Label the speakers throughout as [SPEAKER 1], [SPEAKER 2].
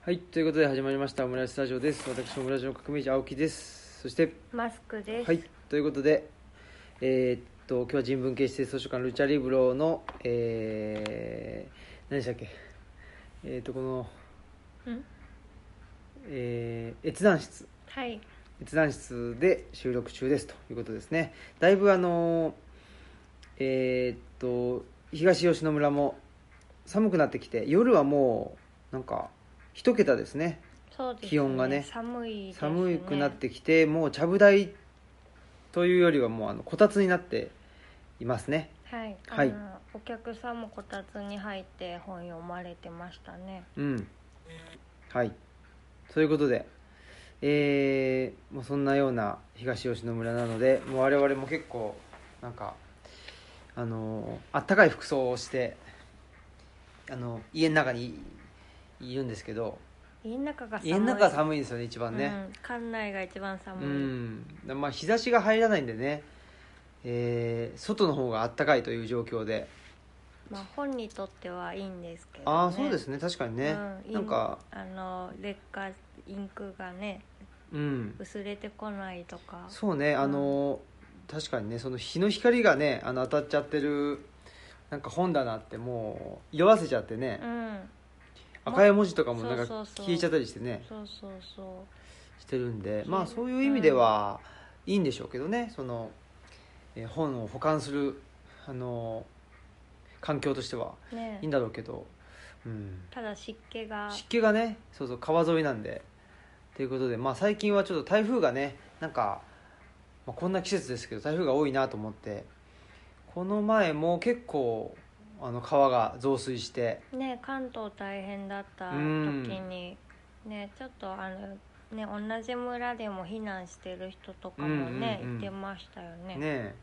[SPEAKER 1] はい、ということで始まりましたオムライススタジオです。私、オムライスの革命児青木です。そして、
[SPEAKER 2] マスクです。
[SPEAKER 1] はい、ということで、えーっと、今日は人文系指定図書館ルチャリブロの、えー、何でしたっけ、えーっと、この、
[SPEAKER 2] うん
[SPEAKER 1] えー、閲覧室、
[SPEAKER 2] はい。
[SPEAKER 1] 閲覧室で収録中ですということですね。だいぶあのー、えーっと、東吉野村も寒くなってきて、夜はもう、なんか、一桁ですね。
[SPEAKER 2] そうです、
[SPEAKER 1] 気温がね
[SPEAKER 2] 寒いです、ね。
[SPEAKER 1] 寒くなっ。てきてもうちゃぶ台というよりはもうあのこたつになっていますね
[SPEAKER 2] はい。
[SPEAKER 1] はい
[SPEAKER 2] あのお客さんもこたつに入って本読まれてましたね。
[SPEAKER 1] うんはいということでえー、もうそんなような東吉野村なのでもう我々も結構なんかあのあったかい服装をしてあの家の中にいいるんですけど
[SPEAKER 2] 家の中が寒い。
[SPEAKER 1] 家の中は寒いんですよね一番ね、
[SPEAKER 2] うん。館内が一番寒い。
[SPEAKER 1] うん、まあ日差しが入らないんでね、えー外の方が暖かいという状況で、
[SPEAKER 2] まあ本にとってはいいんですけど、ね。
[SPEAKER 1] ああそうですね確かにね、
[SPEAKER 2] うん
[SPEAKER 1] なんか
[SPEAKER 2] あの劣化インクがね
[SPEAKER 1] うん
[SPEAKER 2] 薄れてこないとか。
[SPEAKER 1] そうねあの、確かにねその日の光がねあの当たっちゃってるなんか本棚ってもう色あせちゃってね
[SPEAKER 2] う、ん。
[SPEAKER 1] 赤い文字とかもなんか
[SPEAKER 2] そうそうそう
[SPEAKER 1] 消えちゃったりしてね
[SPEAKER 2] そうそうそ
[SPEAKER 1] してるんで
[SPEAKER 2] そう
[SPEAKER 1] まあそういう意味では、いいんでしょうけどねその、えー本を保管するあの環境としては
[SPEAKER 2] う。ね
[SPEAKER 1] いい。んだろうけど、うん、
[SPEAKER 2] ただ湿気が。
[SPEAKER 1] 湿気がねそうそう川沿いなんでということで、まあ、最近はちょっと台風がねなんか、まあ、こんな季節ですけど台風が多いなと思ってこの前も結構あの川が増水して
[SPEAKER 2] ね関東大変だった時にねちょっとあのね同じ村でも避難してる人とかもね、
[SPEAKER 1] うんうんうん
[SPEAKER 2] いてましたよね
[SPEAKER 1] ね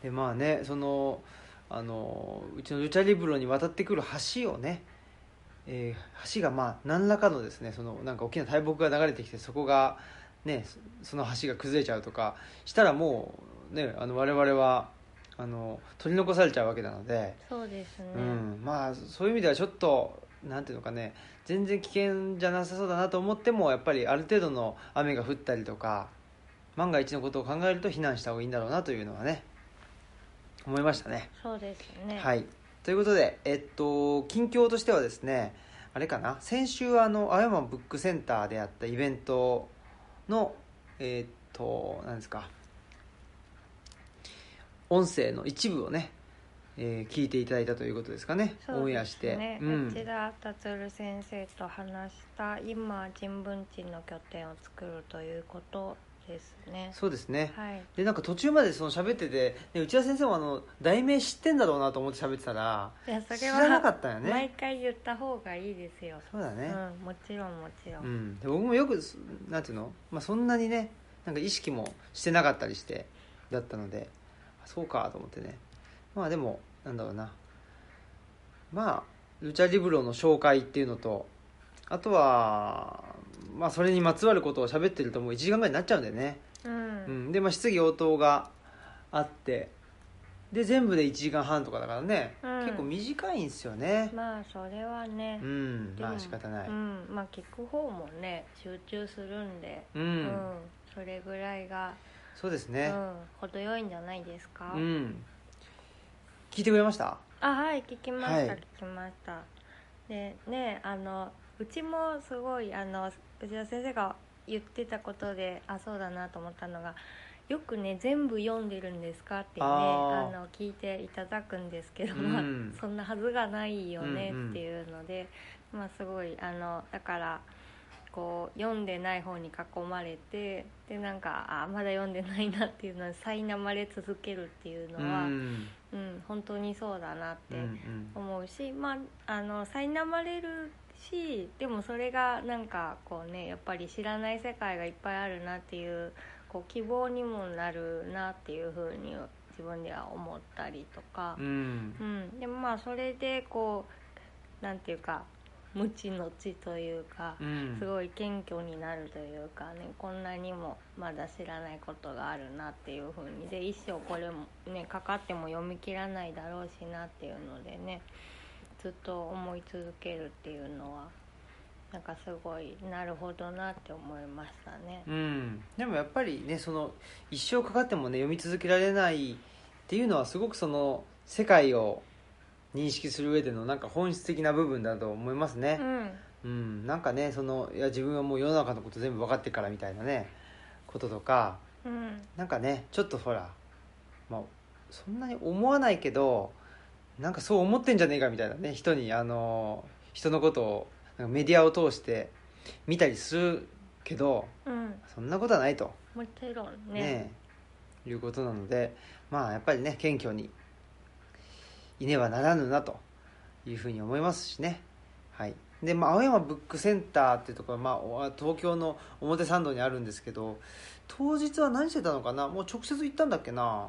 [SPEAKER 1] でまあねそのあのうちのルチャリブロに渡ってくる橋をね、えー橋がまあ何らかのですねそのなんか大きな大木が流れてきてそこがねそその橋が崩れちゃうとかしたらもうねあの我々はあの取り残されちゃうわけなので、
[SPEAKER 2] そうですね、
[SPEAKER 1] うん、まあそういう意味ではちょっとなんていうのかね全然危険じゃなさそうだなと思ってもやっぱりある程度の雨が降ったりとか万が一のことを考えると避難した方がいいんだろうなというのはね思いましたね。
[SPEAKER 2] そうですね
[SPEAKER 1] はいということで、えっと、近況としてはですねあれかな先週あの青山ブックセンターでやったイベントのえっと何ですか音声の一部をね、えー聞いていただいたということですかね
[SPEAKER 2] そうですね
[SPEAKER 1] オンエアして、う
[SPEAKER 2] 内
[SPEAKER 1] ん、
[SPEAKER 2] 田達郎先生と話した今人文地の拠点を作るということですね
[SPEAKER 1] そうですね、
[SPEAKER 2] はい
[SPEAKER 1] でなんか途中までその喋ってて、ね、内田先生もあの題名知ってんだろうなと思って喋ってたら
[SPEAKER 2] いやそ
[SPEAKER 1] 知
[SPEAKER 2] れ
[SPEAKER 1] らなか
[SPEAKER 2] は
[SPEAKER 1] ったよ
[SPEAKER 2] 毎
[SPEAKER 1] ね
[SPEAKER 2] 回言った方がいいですよ、
[SPEAKER 1] そうだね、
[SPEAKER 2] うん、もちろんもちろん、
[SPEAKER 1] うん、で僕もよくすなんていうの、まあ、そんなにねなんか意識もしてなかったりしてだったのであそうかと思ってねまあでもなんだろうなまあルチャリブロの紹介っていうのとあとは、まあ、それにまつわることを喋ってるともう1時間ぐらいになっちゃうんだよね、
[SPEAKER 2] うん
[SPEAKER 1] うん、で、まあ、質疑応答があってで全部で1時間半とかだからね、
[SPEAKER 2] うん
[SPEAKER 1] 結構短いんですよね
[SPEAKER 2] まあそれはね、
[SPEAKER 1] うん
[SPEAKER 2] でも
[SPEAKER 1] まあ仕方ない、
[SPEAKER 2] うん、まあ聞く方もね集中するんで、
[SPEAKER 1] うん
[SPEAKER 2] うんそれぐらいが、
[SPEAKER 1] そうです
[SPEAKER 2] う
[SPEAKER 1] ね、
[SPEAKER 2] ん、程よいんじゃないですか、
[SPEAKER 1] うん聞いてくれました
[SPEAKER 2] あはい聞きました、
[SPEAKER 1] はい
[SPEAKER 2] 聞きましたでねあのうちもすごいあの内田先生が言ってたことであそうだなと思ったのがよくね全部読んでるんですかってね
[SPEAKER 1] あ
[SPEAKER 2] あ
[SPEAKER 1] ー
[SPEAKER 2] の聞いていただくんですけど、
[SPEAKER 1] うん
[SPEAKER 2] まあそんなはずがないよね
[SPEAKER 1] うんうん
[SPEAKER 2] っていうので、まあすごいあのだからこう読んでない方に囲まれてでなんかあまだ読んでないなっていうのに苛まれ続けるっていうの
[SPEAKER 1] う
[SPEAKER 2] は、
[SPEAKER 1] ん
[SPEAKER 2] うん、本当にそうだなっ
[SPEAKER 1] う
[SPEAKER 2] て
[SPEAKER 1] ん
[SPEAKER 2] 思うし、まああの苛まれるしでもそれがなんかこうねやっぱり知らない世界がいっぱいあるなっていうこう希望にもなるなっていうふうに自分では思ったりとか
[SPEAKER 1] う、ん
[SPEAKER 2] うん、でもまあそれでこうなんていうか無知の知というか
[SPEAKER 1] う。ん
[SPEAKER 2] すごい謙虚になるというかねこんなにもまだ知らないことがあるなっていうふうにで一生これもねかかっても読み切らないだろうしなっていうのでねずっと思い続けるっていうのは、なんかすごいなるほどなって思いましたね。
[SPEAKER 1] うん、でもやっぱりねその一生かかってもね読み続けられないっていうのはすごくその世界を認識する上でのなんか本質的な部分だと思いますね
[SPEAKER 2] う、ん、
[SPEAKER 1] うん、なんかねそのいや自分はもう世の中のこと全部分かってるからみたいなねこととか
[SPEAKER 2] うん、
[SPEAKER 1] なんかねちょっとほら、まあ、そんなに思わないけどなんかそう思ってんじゃねえかみたいなね人にあの人のことをなんかメディアを通して見たりするけど
[SPEAKER 2] うん、
[SPEAKER 1] そんなことはないと。
[SPEAKER 2] もちろんね。
[SPEAKER 1] ねえいうことなのでまあやっぱりね謙虚にいねばならぬなというふうに思いますしねはいで、まあ、青山ブックセンターっていうところは、まあお、東京の表参道にあるんですけど当日は何してたのかなもう直接行ったんだっけな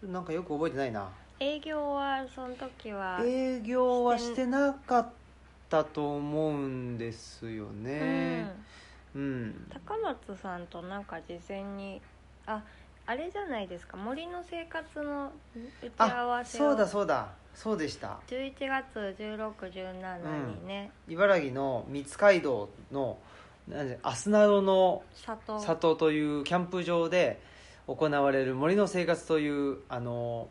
[SPEAKER 1] ちょっとなんかよく覚えてないな
[SPEAKER 2] 営業はその時は、
[SPEAKER 1] 営業はしてなかったと思うんですよね
[SPEAKER 2] うん、
[SPEAKER 1] うん
[SPEAKER 2] 高松さんとなんか事前にああれじゃないですか森の生活の打ち合
[SPEAKER 1] あ
[SPEAKER 2] わせを
[SPEAKER 1] そうだそうだそうでした
[SPEAKER 2] 11月1617にね、
[SPEAKER 1] 茨城の三津街道のなんでアスナロの
[SPEAKER 2] 里
[SPEAKER 1] 里というキャンプ場で行われる「森の生活」というあの、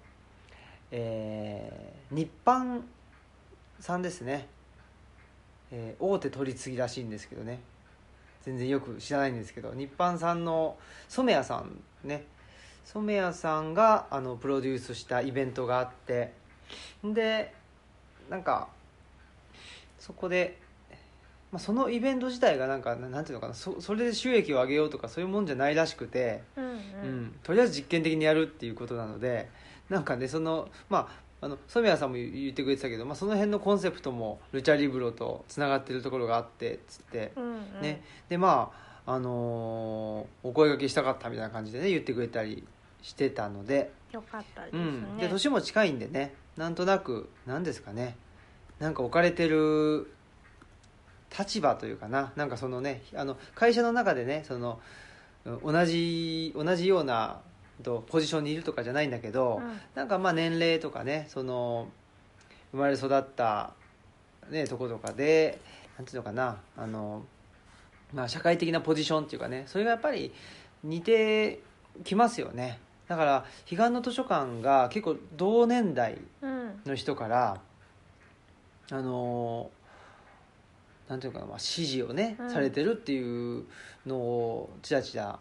[SPEAKER 1] えー日販さんですね、えー大手取り次ぎらしいんですけどね全然よく知らないんですけど日販さんの染谷さんね染谷さんがあのプロデュースしたイベントがあってでなんかそこで、まあ、そのイベント自体がなんかななんていうのかなそそれで収益を上げようとかそういうもんじゃないらしくて、
[SPEAKER 2] うんうん、
[SPEAKER 1] うんとりあえず実験的にやるっていうことなのでなんかねそのまああの染谷さんも言言ってくれてたけど、まあ、その辺のコンセプトもルチャリブロとつながってるところがあってつって
[SPEAKER 2] うんうん
[SPEAKER 1] ね、でまああのーお声がけしたかったみたいな感じでね言ってくれたりしてたので
[SPEAKER 2] よかったです
[SPEAKER 1] う
[SPEAKER 2] ね、
[SPEAKER 1] ん、で年も近いんでねなんとなく何ですかねなんか置かれてる立場というかななんかそのねあの会社の中でねそのうん同じ同じようなとポジションにいるとかじゃないんだけど、
[SPEAKER 2] うん
[SPEAKER 1] なんかまあ年齢とかねその生まれ育った、ね、とことかでなんていうのかなあの、まあ、社会的なポジションっていうかねそれがやっぱり似てきますよねだから彼岸の図書館が結構同年代
[SPEAKER 2] うん
[SPEAKER 1] の人からあのなんていうのかな、まあ、支持をね、
[SPEAKER 2] うん
[SPEAKER 1] されてるっていうのをちらちら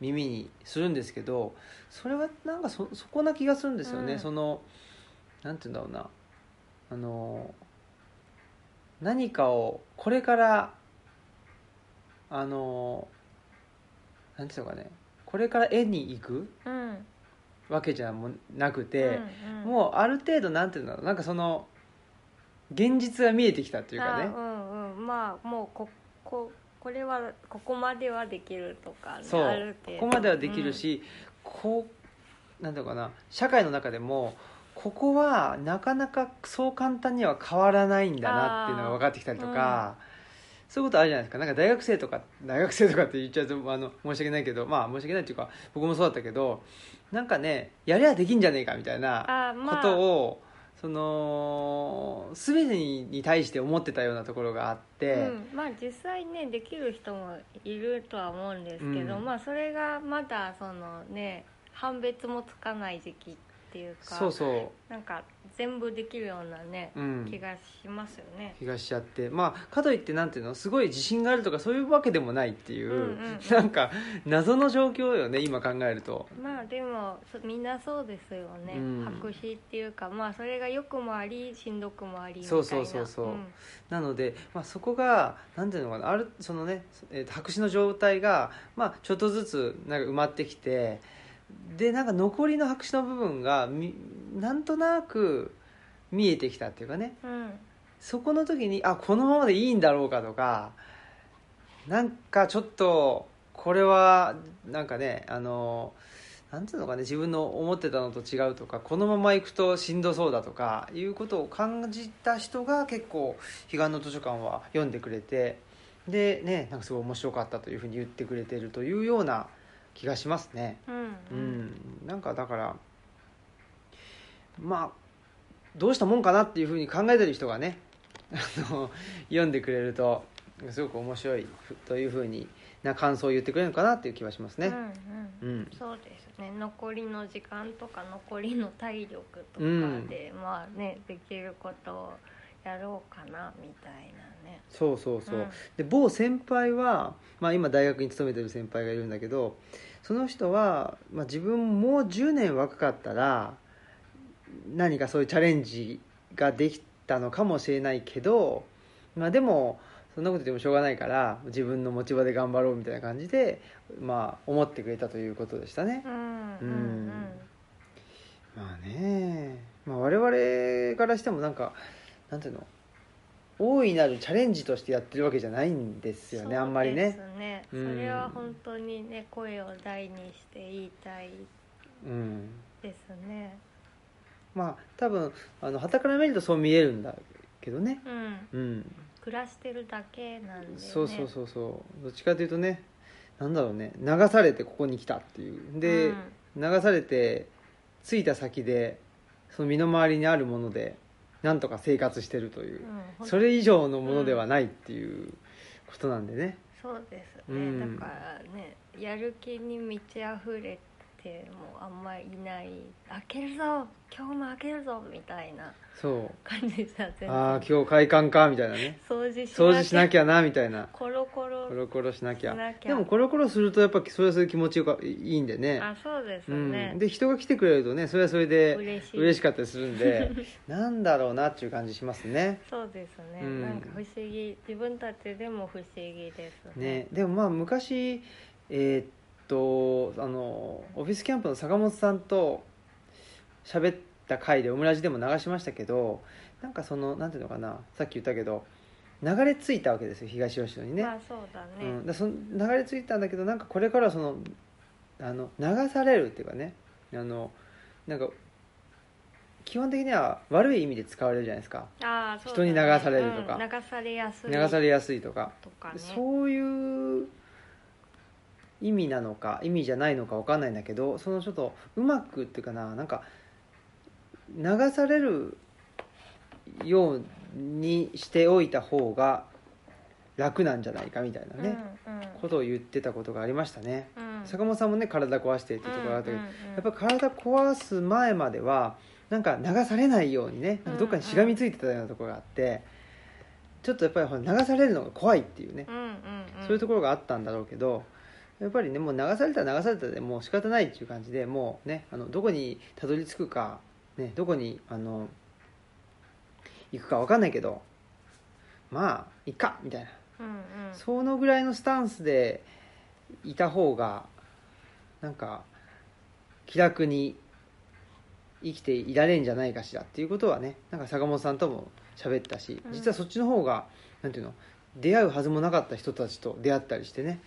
[SPEAKER 1] 耳にするんですけどそれはなんかそそこな気がするんですよね、
[SPEAKER 2] うん
[SPEAKER 1] そのなんていうんだろうなあの何かをこれからあのなんていうのかねこれから絵に行く
[SPEAKER 2] うん
[SPEAKER 1] わけじゃもうなくて、
[SPEAKER 2] うんうん
[SPEAKER 1] もうある程度なんていうんだろうなんかその現実が見えてきたというかね
[SPEAKER 2] あうんうんまあもうこここれはここまではできるとか、ね、
[SPEAKER 1] そ
[SPEAKER 2] ある
[SPEAKER 1] う
[SPEAKER 2] 程
[SPEAKER 1] こ
[SPEAKER 2] 度
[SPEAKER 1] こまではできる、し、こうなんていうのかな社会の中でもここはなかなかそう簡単には変わらないんだなっていうのが分かってきたりとか、そういうことあるじゃないですかなんか大学生とか大学生とかって言っちゃうとあの申し訳ないけどまあ申し訳ないっていうか僕もそうだったけどなんかねやりゃできんじゃねえかみたいな
[SPEAKER 2] うんあま
[SPEAKER 1] こ
[SPEAKER 2] あ
[SPEAKER 1] とを、その全てにに対して思ってたようなところがあって、
[SPEAKER 2] うん、まあ実際ねできる人もいるとは思うんですけど、
[SPEAKER 1] うん
[SPEAKER 2] まあそれがまだそのね判別もつかない時期っていうか
[SPEAKER 1] そうそ
[SPEAKER 2] なんか全部できるようなね
[SPEAKER 1] う、う、ん、
[SPEAKER 2] 気がしますよね。
[SPEAKER 1] 気がしちゃってまあかといってなんていうのすごい自信があるとかそういうわけでもないっていう、
[SPEAKER 2] うんうん
[SPEAKER 1] なんか謎の状況よね今考えると。
[SPEAKER 2] まあでもそみんなそうですよね、
[SPEAKER 1] うん
[SPEAKER 2] 白紙っていうかまあそれが良くもありしんどくもありみたい
[SPEAKER 1] そ
[SPEAKER 2] な
[SPEAKER 1] うそうそうそう
[SPEAKER 2] うん
[SPEAKER 1] なので、まあ、そこがなんていうのかなあるそのね、えーと白紙の状態が、まあ、ちょっとずつなんか埋まってきてでなんか残りの白紙の部分がみなんとなく見えてきたっていうかね
[SPEAKER 2] うん
[SPEAKER 1] そこの時にあこのままでいいんだろうかとかなんかちょっとこれはなんかねあのなんていうのかね自分の思ってたのと違うとかこのまま行くとしんどそうだとかいうことを感じた人が結構彼岸の図書館は読んでくれてでねなんかすごい面白かったというふうに言ってくれてるというような気がしますね。
[SPEAKER 2] うん
[SPEAKER 1] う
[SPEAKER 2] うん
[SPEAKER 1] ん、なんかだからまあどうしたもんかなっていうふうに考えてる人がねあの読んでくれるとすごく面白いふというふうにな感想を言ってくれるのかなっていう気はします
[SPEAKER 2] うん
[SPEAKER 1] ね。
[SPEAKER 2] うん
[SPEAKER 1] うん
[SPEAKER 2] そうですね残りの時間とか残りの体力とか
[SPEAKER 1] うん
[SPEAKER 2] で、まあねできることをやろうかなみたいなね
[SPEAKER 1] そうそうそう、
[SPEAKER 2] ん
[SPEAKER 1] で某先輩は、まあ、今大学に勤めてる先輩がいるんだけどその人は、まあ、自分もう10年若かったら何かそういうチャレンジができたのかもしれないけど、まあ、でもそんなこと言ってもしょうがないから自分の持ち場で頑張ろうみたいな感じで、まあ、思ってくれたということでしたね。
[SPEAKER 2] うんうん
[SPEAKER 1] まあね、まあ、我々からしてもなんかなんていうの大いなるチャレンジとしてやってるわけじゃないんですよねあんまり
[SPEAKER 2] そ
[SPEAKER 1] ね
[SPEAKER 2] うですねそ
[SPEAKER 1] うん
[SPEAKER 2] れは本当にね声を大にして言いたい
[SPEAKER 1] うん
[SPEAKER 2] ですね
[SPEAKER 1] まあ多分あの旗から見るとそう見えるんだけどね
[SPEAKER 2] うん
[SPEAKER 1] うん
[SPEAKER 2] 暮らしてるだけなんで、ね、
[SPEAKER 1] そうそうそうそうどっちかというとねなんだろうね流されてここに来たっていうで、
[SPEAKER 2] うん
[SPEAKER 1] 流されて着いた先でその身の回りにあるものでなんとか生活してるという
[SPEAKER 2] う、んほん
[SPEAKER 1] それ以上のものではないっていうことなんでね、
[SPEAKER 2] そうですね、
[SPEAKER 1] うん
[SPEAKER 2] だからねやる気に満ち溢れてもあんまりいない開けるぞ今日も開けるぞみたいな
[SPEAKER 1] そ
[SPEAKER 2] 感じじゃ全
[SPEAKER 1] う
[SPEAKER 2] 然
[SPEAKER 1] ああ今日快感かみたいなね
[SPEAKER 2] 掃除し
[SPEAKER 1] 掃除しなき
[SPEAKER 2] ゃ
[SPEAKER 1] ゃなみたいな
[SPEAKER 2] コロコロ
[SPEAKER 1] コロコロしなきゃ
[SPEAKER 2] しなきゃ
[SPEAKER 1] でもコロコロするとやっぱそれはそれで気持ちよかいいいんでね
[SPEAKER 2] あそうです
[SPEAKER 1] う
[SPEAKER 2] ね
[SPEAKER 1] ん、、で人が来てくれるとねそれはそれ で
[SPEAKER 2] 嬉しい
[SPEAKER 1] 嬉しかったりするんで なんだろうなっていう感じしますね
[SPEAKER 2] そうですね、
[SPEAKER 1] うん
[SPEAKER 2] なんか不思議自分たちでも不思議ですね
[SPEAKER 1] ねでもまあ昔えーっとあのオフィスキャンプの坂本さんと喋った回でオムラジでも流しましたけどなんかそのなんていうのかなさっき言ったけど流れ着いたわけですよ東吉野にね、
[SPEAKER 2] まあそうだ
[SPEAKER 1] う
[SPEAKER 2] ね
[SPEAKER 1] ん、だその流れ着いたんだけどなんかこれからはそのあの流されるっていうかねあのなんか基本的には悪い意味で使われるじゃないですか
[SPEAKER 2] ああそう
[SPEAKER 1] 人に流されるとか
[SPEAKER 2] うん流されやすい
[SPEAKER 1] 流されやすいとか
[SPEAKER 2] とかね
[SPEAKER 1] そういう意味なのか意味じゃないのか分かんないんだけどそのちょっとうまくっていうかななんか流されるようにしておいた方が楽なんじゃないかみたいなね、
[SPEAKER 2] うんうん
[SPEAKER 1] ことを言ってたことがありましたね、
[SPEAKER 2] うん
[SPEAKER 1] 坂本さんもね体壊してっていうところがあったけど、
[SPEAKER 2] うんうんうん
[SPEAKER 1] やっぱ体壊す前まではなんか流されないようにねなんかどっかにしがみついてたようなところがあって、ちょっとやっぱりほら流されるのが怖いっていうね、
[SPEAKER 2] うんうんうん、
[SPEAKER 1] そういうところがあったんだろうけどやっぱりねもう流されたら流されたでもう仕方ないっていう感じでもうねあのどこにたどり着くか、ね、どこにあの行くか分かんないけどまあいっかみたいな
[SPEAKER 2] うんうん、
[SPEAKER 1] そのぐらいのスタンスでいた方がなんか気楽に生きていられんじゃないかしらっていうことはねなんか坂本さんとも喋ったし
[SPEAKER 2] うん
[SPEAKER 1] 実はそっちの方がなんていうの出会うはずもなかった人たちと出会ったりしてね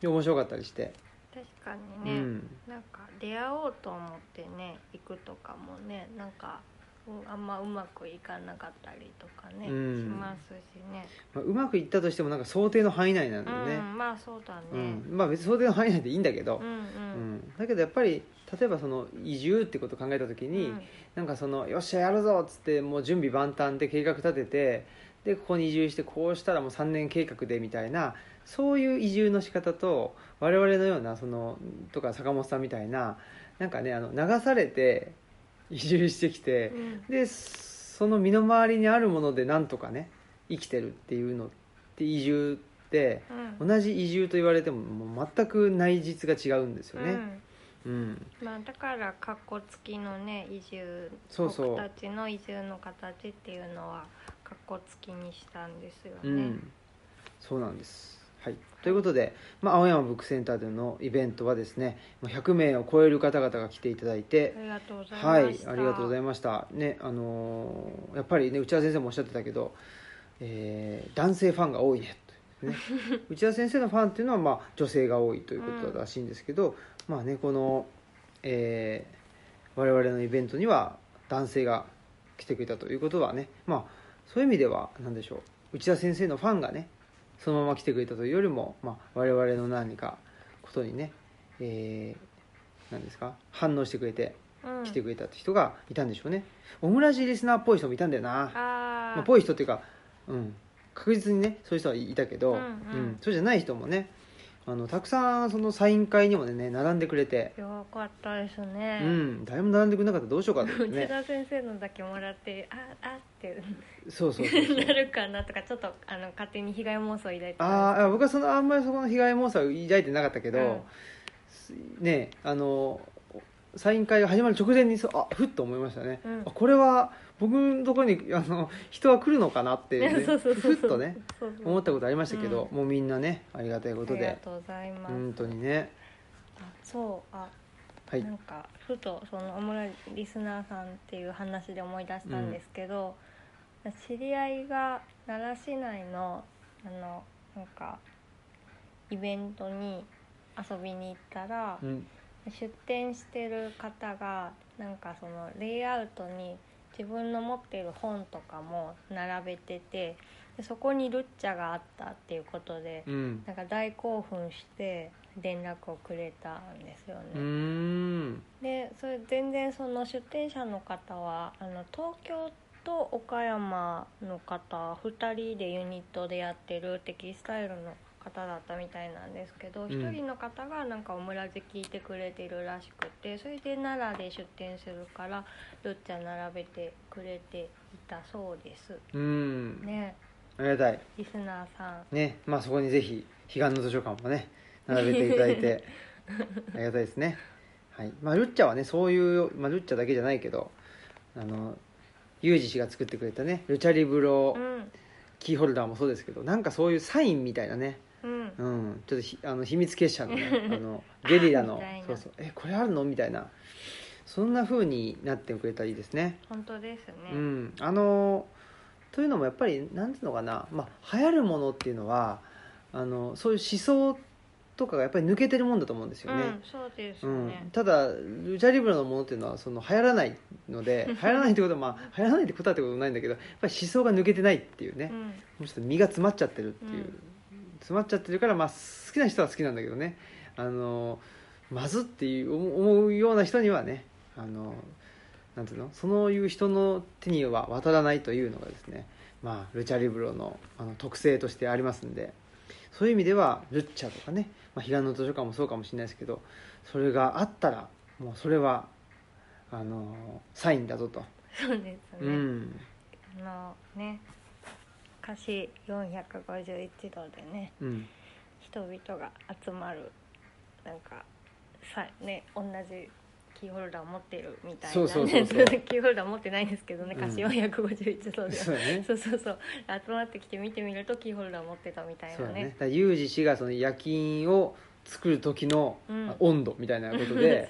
[SPEAKER 1] で面白かったりして、
[SPEAKER 2] 確かにね、
[SPEAKER 1] うん、
[SPEAKER 2] なんか出会おうと思ってね行くとかもねなんかうんあんまうまくいかなかったりとかね、
[SPEAKER 1] うん
[SPEAKER 2] しますしね
[SPEAKER 1] まあ、うまくいったとしてもなんか想定の範囲内なんだよね、
[SPEAKER 2] うん、まあそうだね、
[SPEAKER 1] うんまあ別に想定の範囲内でいいんだけど
[SPEAKER 2] うん、うん
[SPEAKER 1] うんだけどやっぱり例えばその移住ってことを考えた時に、
[SPEAKER 2] うん
[SPEAKER 1] なんかそのよっしゃやるぞっつってもう準備万端で計画立ててでここに移住してこうしたらもう3年計画でみたいなそういう移住の仕方と我々のようなそのとか坂本さんみたいななんかねあの流されて移住してきて
[SPEAKER 2] うん
[SPEAKER 1] でその身の回りにあるものでなんとかね生きてるっていうのって移住って
[SPEAKER 2] うん
[SPEAKER 1] 同じ移住と言われてももう全く内実が違うんですよ
[SPEAKER 2] う
[SPEAKER 1] ね。
[SPEAKER 2] ん
[SPEAKER 1] うん、
[SPEAKER 2] まあ、だからカッコつきのね移住
[SPEAKER 1] そうそう
[SPEAKER 2] 僕たちの移住の形っていうのはカッコつきにしたんですよね、
[SPEAKER 1] うん、そうなんです。はい、ということで、まあ、青山ブックセンターでのイベントはですねまあ100名を超える方々が来ていただいて
[SPEAKER 2] あ、りがとうございま
[SPEAKER 1] はい
[SPEAKER 2] し、た
[SPEAKER 1] ありがとうござ
[SPEAKER 2] い
[SPEAKER 1] いました、ねあのーやっぱりね内田先生もおっしゃってたけど、えー男性ファンが多いねと ね内田先生のファンっていうのは、まあ、女性が多いということらしいんですけど、まあねこの、えー我々のイベントには男性が来てくれたということはね、まあ、そういう意味では何でしょう内田先生のファンがねそのまま来てくれたというよりも、まあ、我々の何かことにね、えー何ですか反応してくれて
[SPEAKER 2] うん、
[SPEAKER 1] 来てくれたって人がいたんでしょうね、オムラジリスナーっぽい人もいたんだよな
[SPEAKER 2] あ
[SPEAKER 1] まあ、
[SPEAKER 2] あ
[SPEAKER 1] ぽい人っていうかうん、確実にねそういう人はいたけど、
[SPEAKER 2] うんうん
[SPEAKER 1] そうじゃない人もねあのたくさんそのサイン会にもね並んでくれて、
[SPEAKER 2] よかったですね、
[SPEAKER 1] うん、誰も並んでくれなかったらどうしようかと思って
[SPEAKER 2] 内
[SPEAKER 1] ね
[SPEAKER 2] 田先生のだけもらってああって
[SPEAKER 1] そうそう そうそう
[SPEAKER 2] なるかなとかちょっとあの勝手に被害妄想抱いてた
[SPEAKER 1] あーあ僕はそのあんまりそこの被害妄想は抱いてなかったけど、ねあのサイン会が始まる直前にそうあふっと思いましたね、
[SPEAKER 2] うん
[SPEAKER 1] あこれは僕のところにあの人は来るのかなって、 ね
[SPEAKER 2] そうそうそうそう
[SPEAKER 1] ふっとね
[SPEAKER 2] そうそう
[SPEAKER 1] 思ったことありましたけど、
[SPEAKER 2] う
[SPEAKER 1] もうみんなねありがたいこと
[SPEAKER 2] ありが
[SPEAKER 1] で
[SPEAKER 2] とうございます、
[SPEAKER 1] 本当にね
[SPEAKER 2] あそうあ
[SPEAKER 1] はい
[SPEAKER 2] なんかふとそのオムラリスナーさんっていう話で思い出したんですけど、知り合いが奈良市内のあのなんかイベントに遊びに行ったら、
[SPEAKER 1] うん
[SPEAKER 2] 出店してる方がなんかそのレイアウトに自分の持っている本とかも並べててでそこにルッチャがあったっていうことで、
[SPEAKER 1] うん
[SPEAKER 2] なんか大興奮して連絡をくれたんですよね。
[SPEAKER 1] うーん
[SPEAKER 2] でそれ全然その出店者の方はあの東京と岡山の方2人でユニットでやってるテキスタイルの方だったみたいなんですけ
[SPEAKER 1] ん
[SPEAKER 2] ど、一1人の方がなんかオムラジ聞いてくれてるらしくてそれで奈良で出店するからルッチャ並べてくれていたそうです
[SPEAKER 1] うん、
[SPEAKER 2] ね
[SPEAKER 1] ありがたい
[SPEAKER 2] リスナーさん
[SPEAKER 1] ねまあそこにぜひ彼岸の図書館もね並べていただい てありがたいですねはいまあルッチャはねそういう、まあ、ルッチャだけじゃないけどあのユージ氏が作ってくれたねルチャリブロ
[SPEAKER 2] うん
[SPEAKER 1] キーホルダーもそうですけどなんかそういうサインみたいなね
[SPEAKER 2] うん
[SPEAKER 1] うんちょっとひあの秘密結社の,、ね、あのゲリラ
[SPEAKER 2] み
[SPEAKER 1] の
[SPEAKER 2] たいな
[SPEAKER 1] そうそうえこれあるのみたいなそんな風になってくれたらいいですね
[SPEAKER 2] 本当ですね、
[SPEAKER 1] うん、あのというのもやっぱりなんていうのかな、まあ、流行るものっていうのはあのそういう思想とかがやっぱり抜けてるもんだと思うんですよ
[SPEAKER 2] う
[SPEAKER 1] ね
[SPEAKER 2] ん、そうです
[SPEAKER 1] うん
[SPEAKER 2] ね、
[SPEAKER 1] ただルチャリブロのものっていうのはその流行らないの で流行らないってことは、まあ、流行らないってことはってことないんだけどやっぱり思想が抜けてないっていうね、
[SPEAKER 2] う
[SPEAKER 1] も
[SPEAKER 2] ん
[SPEAKER 1] うちょっと身が詰まっちゃってるっていう、
[SPEAKER 2] うん
[SPEAKER 1] 詰まっちゃってるから、まあ、好きな人は好きなんだけどねあのまずっていう思うような人にはねあのなんていうのそういう人の手には渡らないというのがですね、まあ、ルチャリブロのあの特性としてありますんでそういう意味ではルッチャとかね、まあ、彼岸の図書館もそうかもしれないですけどそれがあったらもうそれはあのサインだぞと、
[SPEAKER 2] そうですね、
[SPEAKER 1] うん
[SPEAKER 2] あのね歌詞451度でね
[SPEAKER 1] うん
[SPEAKER 2] 人々が集まるなんかさね同じキーホルダーを持ってるみたいな、
[SPEAKER 1] そ
[SPEAKER 2] ね、
[SPEAKER 1] うそうそうそう
[SPEAKER 2] キーホルダー持ってないんですけどね歌詞
[SPEAKER 1] うん
[SPEAKER 2] 451度で、
[SPEAKER 1] そうだね
[SPEAKER 2] そうそうそう集まってきて見てみるとキーホルダー持ってたみたい
[SPEAKER 1] そう
[SPEAKER 2] な
[SPEAKER 1] だねだ
[SPEAKER 2] ね
[SPEAKER 1] からユージ氏がその夜勤を作る時の
[SPEAKER 2] うん
[SPEAKER 1] 温度みたいなこと で、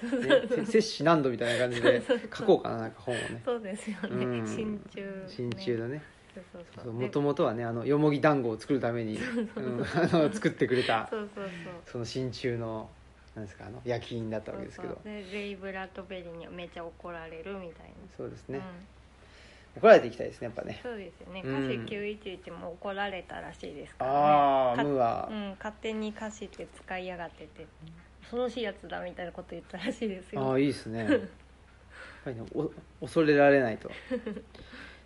[SPEAKER 1] ね、摂氏何度みたいな感じで
[SPEAKER 2] そうそうそう
[SPEAKER 1] 書こうかななんか本をね
[SPEAKER 2] そうですよね、
[SPEAKER 1] うん
[SPEAKER 2] 真鍮、ね、
[SPEAKER 1] 真鍮だね
[SPEAKER 2] そうそうそう
[SPEAKER 1] もともとはねあのよもぎ団子を作るためにうんあの作ってくれた
[SPEAKER 2] そうそうそう
[SPEAKER 1] その真鍮のなんですかあの焼き印だったわけですけど
[SPEAKER 2] そうそうでレイ・ブラッドベリーにめっちゃ怒られるみたい
[SPEAKER 1] そうです
[SPEAKER 2] な、
[SPEAKER 1] ね、
[SPEAKER 2] うん
[SPEAKER 1] 怒られていきたいですねやっぱね
[SPEAKER 2] そうですよね
[SPEAKER 1] う
[SPEAKER 2] 歌
[SPEAKER 1] ん
[SPEAKER 2] 詞911も怒られたらしいですからね、
[SPEAKER 1] ああ
[SPEAKER 2] か
[SPEAKER 1] ムーは
[SPEAKER 2] う、ん、勝手に歌詞って使いやがってて恐ろしいやつだみたいなこと言ったらしいです
[SPEAKER 1] あ
[SPEAKER 2] よ
[SPEAKER 1] あいいですねやっぱりねお恐れられ ないと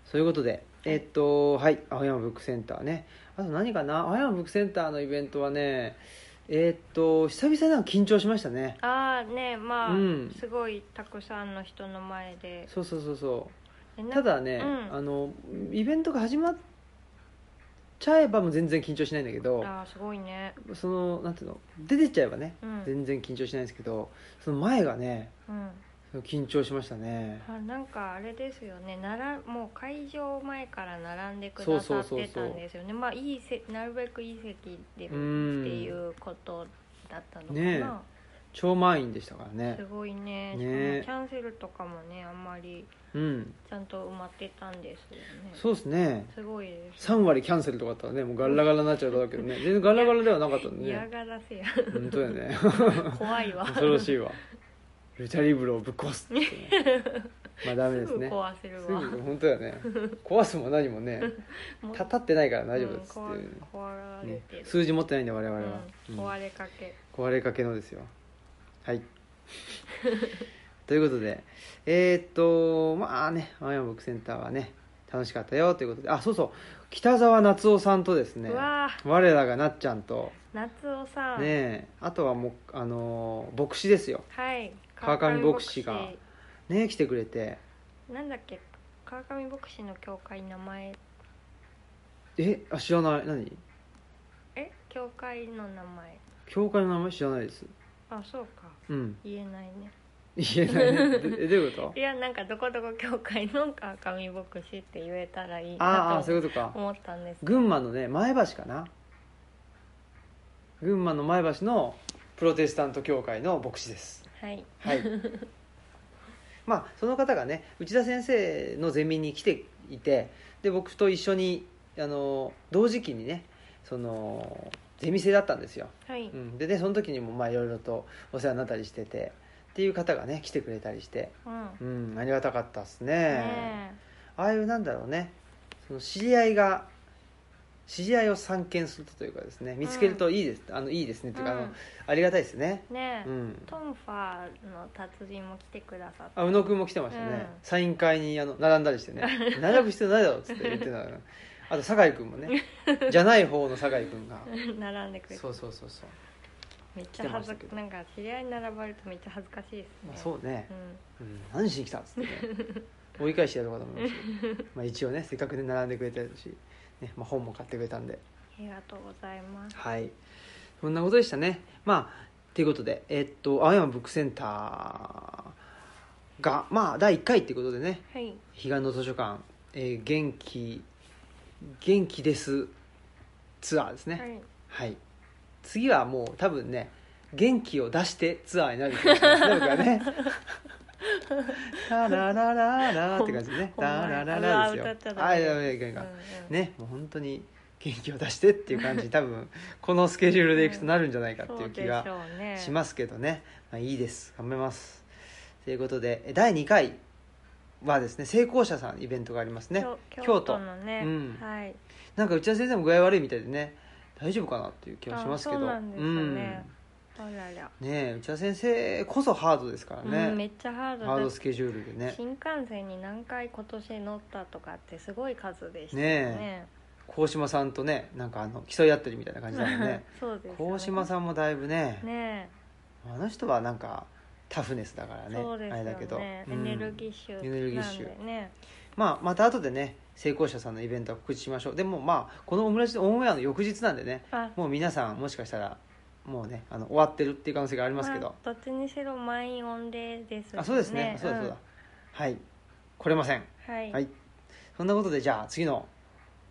[SPEAKER 1] そういうことでえっとはい青山ブックセンターねあと何かな青山ブックセンターのイベントはねえっと久々なんか緊張しましたね
[SPEAKER 2] ああねまあ、
[SPEAKER 1] うん
[SPEAKER 2] すごいたくさんの人の前で
[SPEAKER 1] そうそうそうそ
[SPEAKER 2] で
[SPEAKER 1] う
[SPEAKER 2] な
[SPEAKER 1] ただね、
[SPEAKER 2] うん
[SPEAKER 1] あのイベントが始まっちゃえばもう全然緊張しないんだけど
[SPEAKER 2] あーすごいね
[SPEAKER 1] そのなんていうの出てっちゃえばね
[SPEAKER 2] うん、
[SPEAKER 1] 全然緊張しないんですけどその前がね
[SPEAKER 2] うん、
[SPEAKER 1] 緊張しましたね
[SPEAKER 2] あなんかあれですよねならもう会場前から並んでく
[SPEAKER 1] そう
[SPEAKER 2] だ
[SPEAKER 1] そ
[SPEAKER 2] さ
[SPEAKER 1] う
[SPEAKER 2] っ
[SPEAKER 1] そう
[SPEAKER 2] て
[SPEAKER 1] そ
[SPEAKER 2] た
[SPEAKER 1] うん
[SPEAKER 2] ですよねまあいいせなるべくいい席でって
[SPEAKER 1] うん
[SPEAKER 2] いうことだったのかな、
[SPEAKER 1] ね超満員でしたからね
[SPEAKER 2] すごいね
[SPEAKER 1] ね
[SPEAKER 2] しかもキャンセルとかもねあんまり
[SPEAKER 1] うん
[SPEAKER 2] ちゃんと埋まってたんですよね
[SPEAKER 1] そうですね
[SPEAKER 2] すごいです
[SPEAKER 1] 3割キャンセルとかだったらねもうガラガラになっちゃうだけどね全然ガラガラではなかったんで
[SPEAKER 2] 嫌
[SPEAKER 1] ね
[SPEAKER 2] がらせや
[SPEAKER 1] 本当やね
[SPEAKER 2] 怖いわ
[SPEAKER 1] 恐ろしいわルチャリブロをぶっ壊すって、ね、まあダメです
[SPEAKER 2] ぐ
[SPEAKER 1] ね
[SPEAKER 2] 壊せる
[SPEAKER 1] す
[SPEAKER 2] わ
[SPEAKER 1] ぐ本当やね壊すも何もね
[SPEAKER 2] もう
[SPEAKER 1] たたってないから大丈夫ですって
[SPEAKER 2] うん
[SPEAKER 1] いう
[SPEAKER 2] 壊壊ら
[SPEAKER 1] ね、
[SPEAKER 2] れ
[SPEAKER 1] ね
[SPEAKER 2] てる、
[SPEAKER 1] 数字持ってないんで我々
[SPEAKER 2] う
[SPEAKER 1] は、うんん
[SPEAKER 2] 壊れかけ
[SPEAKER 1] 壊れかけのですよはい ということでえーっとまあね青山ブックセンターはね楽しかったよということであそうそう北沢夏夫さんとですね
[SPEAKER 2] うわ
[SPEAKER 1] 我らがなっちゃんと
[SPEAKER 2] 夏尾さん、
[SPEAKER 1] ねえあとはもうあのー牧師ですよ
[SPEAKER 2] はい
[SPEAKER 1] 川上牧師がねえ来てくれて
[SPEAKER 2] なんだっけ川上牧師の教会名前
[SPEAKER 1] えあ知らない何
[SPEAKER 2] え教会の名前
[SPEAKER 1] 教会の名前知らないです
[SPEAKER 2] あそうか
[SPEAKER 1] うん
[SPEAKER 2] 言えないね
[SPEAKER 1] 言えないねでえどういうこと
[SPEAKER 2] いやなんかどこどこ教会の川上牧師って言えたらいい
[SPEAKER 1] あーあ
[SPEAKER 2] な
[SPEAKER 1] ーそういう
[SPEAKER 2] と
[SPEAKER 1] ことか
[SPEAKER 2] 思ったんですけど
[SPEAKER 1] 群馬のね前橋かな群馬の前橋のプロテスタント教会の牧師です
[SPEAKER 2] はい
[SPEAKER 1] はいまあその方がね内田先生のゼミに来ていてで僕と一緒にあの同時期にねそのゼミ生だったんですよ、
[SPEAKER 2] はい、
[SPEAKER 1] うん、でねその時にもまあいろいろとお世話になったりしててっていう方がね来てくれたりして
[SPEAKER 2] うん
[SPEAKER 1] うんありがたかったですね
[SPEAKER 2] ね
[SPEAKER 1] ああいうなんだろうねその知り合いが知り合いを散見するというかですね見つけるといいです、あのいいですねっていうか、あ
[SPEAKER 2] う
[SPEAKER 1] の
[SPEAKER 2] ん
[SPEAKER 1] ありがたいですね
[SPEAKER 2] えねえ、
[SPEAKER 1] うん
[SPEAKER 2] トンファーの達人も来てくださって
[SPEAKER 1] あ宇野くんも来てましたね、
[SPEAKER 2] うん
[SPEAKER 1] サイン会にあの並んだり してね並ぶ必要ないだろうっつって言ってたからあと酒井くんも ねじゃない方の酒井くんが
[SPEAKER 2] 並んでくれて
[SPEAKER 1] そうそうそうそう、
[SPEAKER 2] めっちゃ恥ず
[SPEAKER 1] 来てましたけど
[SPEAKER 2] なんか知り合いに並ばれるとめっちゃ恥ずかしいですね、
[SPEAKER 1] まあ、そうね
[SPEAKER 2] う、ん
[SPEAKER 1] うん、何しに来たっつ ってね追い返してやろうかと思いましたまあ一応ねせっかくね並んでくれてるし、ねまあ、本も買ってくれたんで
[SPEAKER 2] ありがとうございます
[SPEAKER 1] はいそんなことでしたねまあということでえっと青山ブックセンターがまあ第1回っていうことでね
[SPEAKER 2] はい
[SPEAKER 1] 彼岸の図書館、えー元気元気ですツアーですね
[SPEAKER 2] はい
[SPEAKER 1] はい、次はもう多分ね元気を出してツアーになる気がしますね僕は ねタララララって感じでね
[SPEAKER 2] ほんまや
[SPEAKER 1] タラララです
[SPEAKER 2] うわ
[SPEAKER 1] よ
[SPEAKER 2] 歌っちゃダメ
[SPEAKER 1] あいやいやいやいや
[SPEAKER 2] うんうん
[SPEAKER 1] ねもう本当に元気を出してっていう 感じ多分このスケジュールでいくとなるんじゃないかっていう気が
[SPEAKER 2] そうでしょうね
[SPEAKER 1] しますけどね、まあ、いいです頑張りますということでえ第2回はですね成功者さんイベントがありますね
[SPEAKER 2] 京
[SPEAKER 1] 京都
[SPEAKER 2] 京都のね、
[SPEAKER 1] うん
[SPEAKER 2] はい
[SPEAKER 1] なんか内田先生も具合悪いみたいでね大丈夫かなっていう気はしますけど
[SPEAKER 2] あそうなんですよね
[SPEAKER 1] うん
[SPEAKER 2] あらら、
[SPEAKER 1] ねえ内田先生こそハードですからね、
[SPEAKER 2] うん、めっちゃハードだ
[SPEAKER 1] ハードスケジュールでね
[SPEAKER 2] 新幹線に何回今年乗ったとかってすごい数でしたよ
[SPEAKER 1] ね鴻島さんとねなんかあの競い合ったりみたいな感じだもんね
[SPEAKER 2] そうですよ
[SPEAKER 1] 鴻島さんもだいぶね
[SPEAKER 2] ね
[SPEAKER 1] あの人はなんかタフネスだから
[SPEAKER 2] え
[SPEAKER 1] ね
[SPEAKER 2] そうですよね
[SPEAKER 1] あれだけど、
[SPEAKER 2] エ
[SPEAKER 1] うん
[SPEAKER 2] ネルギッシュなんで
[SPEAKER 1] エ
[SPEAKER 2] ね
[SPEAKER 1] ネルギッシュまあ、また後でね成功者さんのイベントは告知しましょうでもまあこのオムラジオンエアの翌日なんでね
[SPEAKER 2] あ
[SPEAKER 1] もう皆さんもしかしたらもうねあの終わってるっていう可能性がありますけど、
[SPEAKER 2] あどっちにしろ満員御礼ですし
[SPEAKER 1] あそうですねそうだそうだ、はい来れません
[SPEAKER 2] うんはい
[SPEAKER 1] はいそんなことでじゃあ次の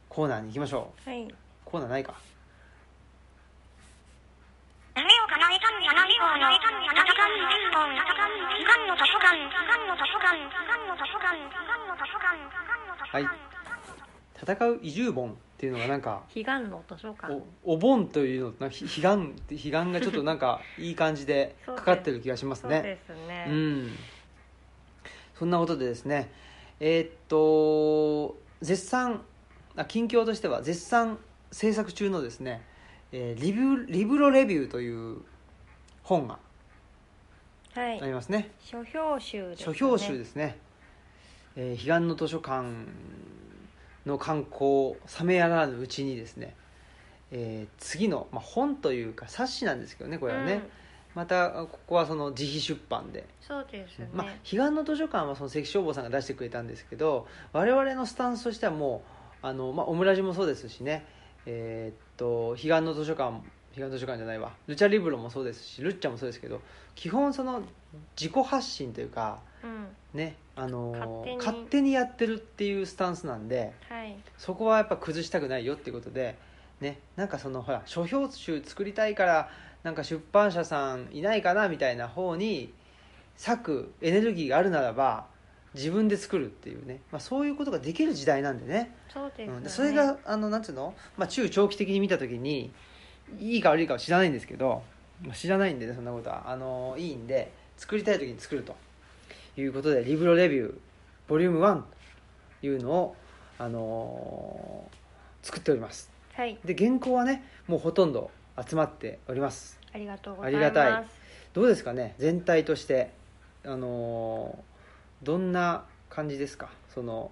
[SPEAKER 1] コーナーに行きましょう
[SPEAKER 2] はい
[SPEAKER 1] コーナーないか
[SPEAKER 3] 夢を叶えたんじゃない方の戦い伝言戦い悲願の図書館悲願の図書館悲願の図書館悲願の図書館悲願の図書
[SPEAKER 1] はい
[SPEAKER 3] 館
[SPEAKER 1] 「戦う移住盆」っていうのがなんか
[SPEAKER 2] 悲願の図書館
[SPEAKER 1] おお盆というのとなんかひ彼岸って彼岸がちょっとなん かいい感じでかかってる気がします
[SPEAKER 2] そう
[SPEAKER 1] ね
[SPEAKER 2] ですね、
[SPEAKER 1] うん、そんなことでですねえーっと絶賛あ近況としては絶賛制作中のですね「えーリブリブロレビュー」という本が
[SPEAKER 2] は
[SPEAKER 1] あ
[SPEAKER 2] い
[SPEAKER 1] りますね、
[SPEAKER 2] 書評集です、ね、
[SPEAKER 1] 書評集ですねえー彼岸の図書館の観光冷めやらぬうちにですね、えー次の、まあ、本というか冊子なんですけどねこれはね、
[SPEAKER 2] うん
[SPEAKER 1] またここはその自費出版で
[SPEAKER 2] そうですね、
[SPEAKER 1] まあ、彼岸の図書館はその関消防さんが出してくれたんですけど我々のスタンスとしてはもうあの、まあ、オムラジもそうですしねえーっと彼岸の図書館彼岸の図書館じゃないわルチャリブロもそうですしルッチャもそうですけど基本その自己発信というか
[SPEAKER 2] うん
[SPEAKER 1] ねあの
[SPEAKER 2] 勝手に
[SPEAKER 1] 勝手にやってるっていうスタンスなんで
[SPEAKER 2] はい
[SPEAKER 1] そこはやっぱ崩したくないよっていうことで、ね、なんかそのほら書評集作りたいからなんか出版社さんいないかなみたいな方に割くエネルギーがあるならば自分で作るっていうね、まあ、そういうことができる時代なんでね
[SPEAKER 2] そうですよね、
[SPEAKER 1] うんでそれがあのなんていうの、まあ、中長期的に見た時にいいか悪いかは知らないんですけどまあ知らないんでねそんなことはあのいいんで作りたい時に作るということで「リブロレビューボリューム1というのを、あのー作っております
[SPEAKER 2] はい
[SPEAKER 1] で原稿はねもうほとんど集まっております
[SPEAKER 2] ありがとうご
[SPEAKER 1] あ
[SPEAKER 2] ざい
[SPEAKER 1] り
[SPEAKER 2] ます
[SPEAKER 1] がたいどうですかね全体としてあのーどんな感じですかその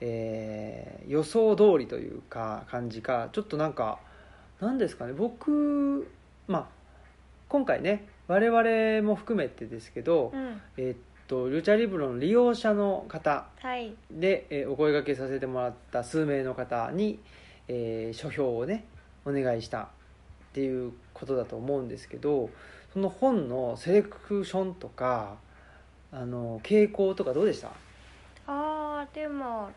[SPEAKER 1] えー予想通りというか感じかちょっとなんかなんですかね僕まあ今回ね我々も含めてですけど、
[SPEAKER 2] うん
[SPEAKER 1] えっとルチャリブロの利用者の方
[SPEAKER 2] はい
[SPEAKER 1] で、えーお声掛けさせてもらった数名の方に、えー書評をねお願いしたっていうことだと思うんですけどその本のセレクションとかあの傾向とかどうでした
[SPEAKER 2] あーでも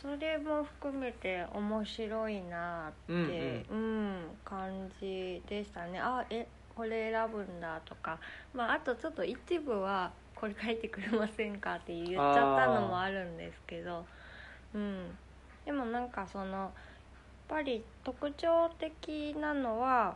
[SPEAKER 2] それも含めて面白いなって、うん感じでしたねあえこれ選ぶんだとか、まあ、あとちょっと一部は「これ書いてくれませんか?」って言っちゃったのもあるんですけど、うん、でもなんかそのやっぱり特徴的なのは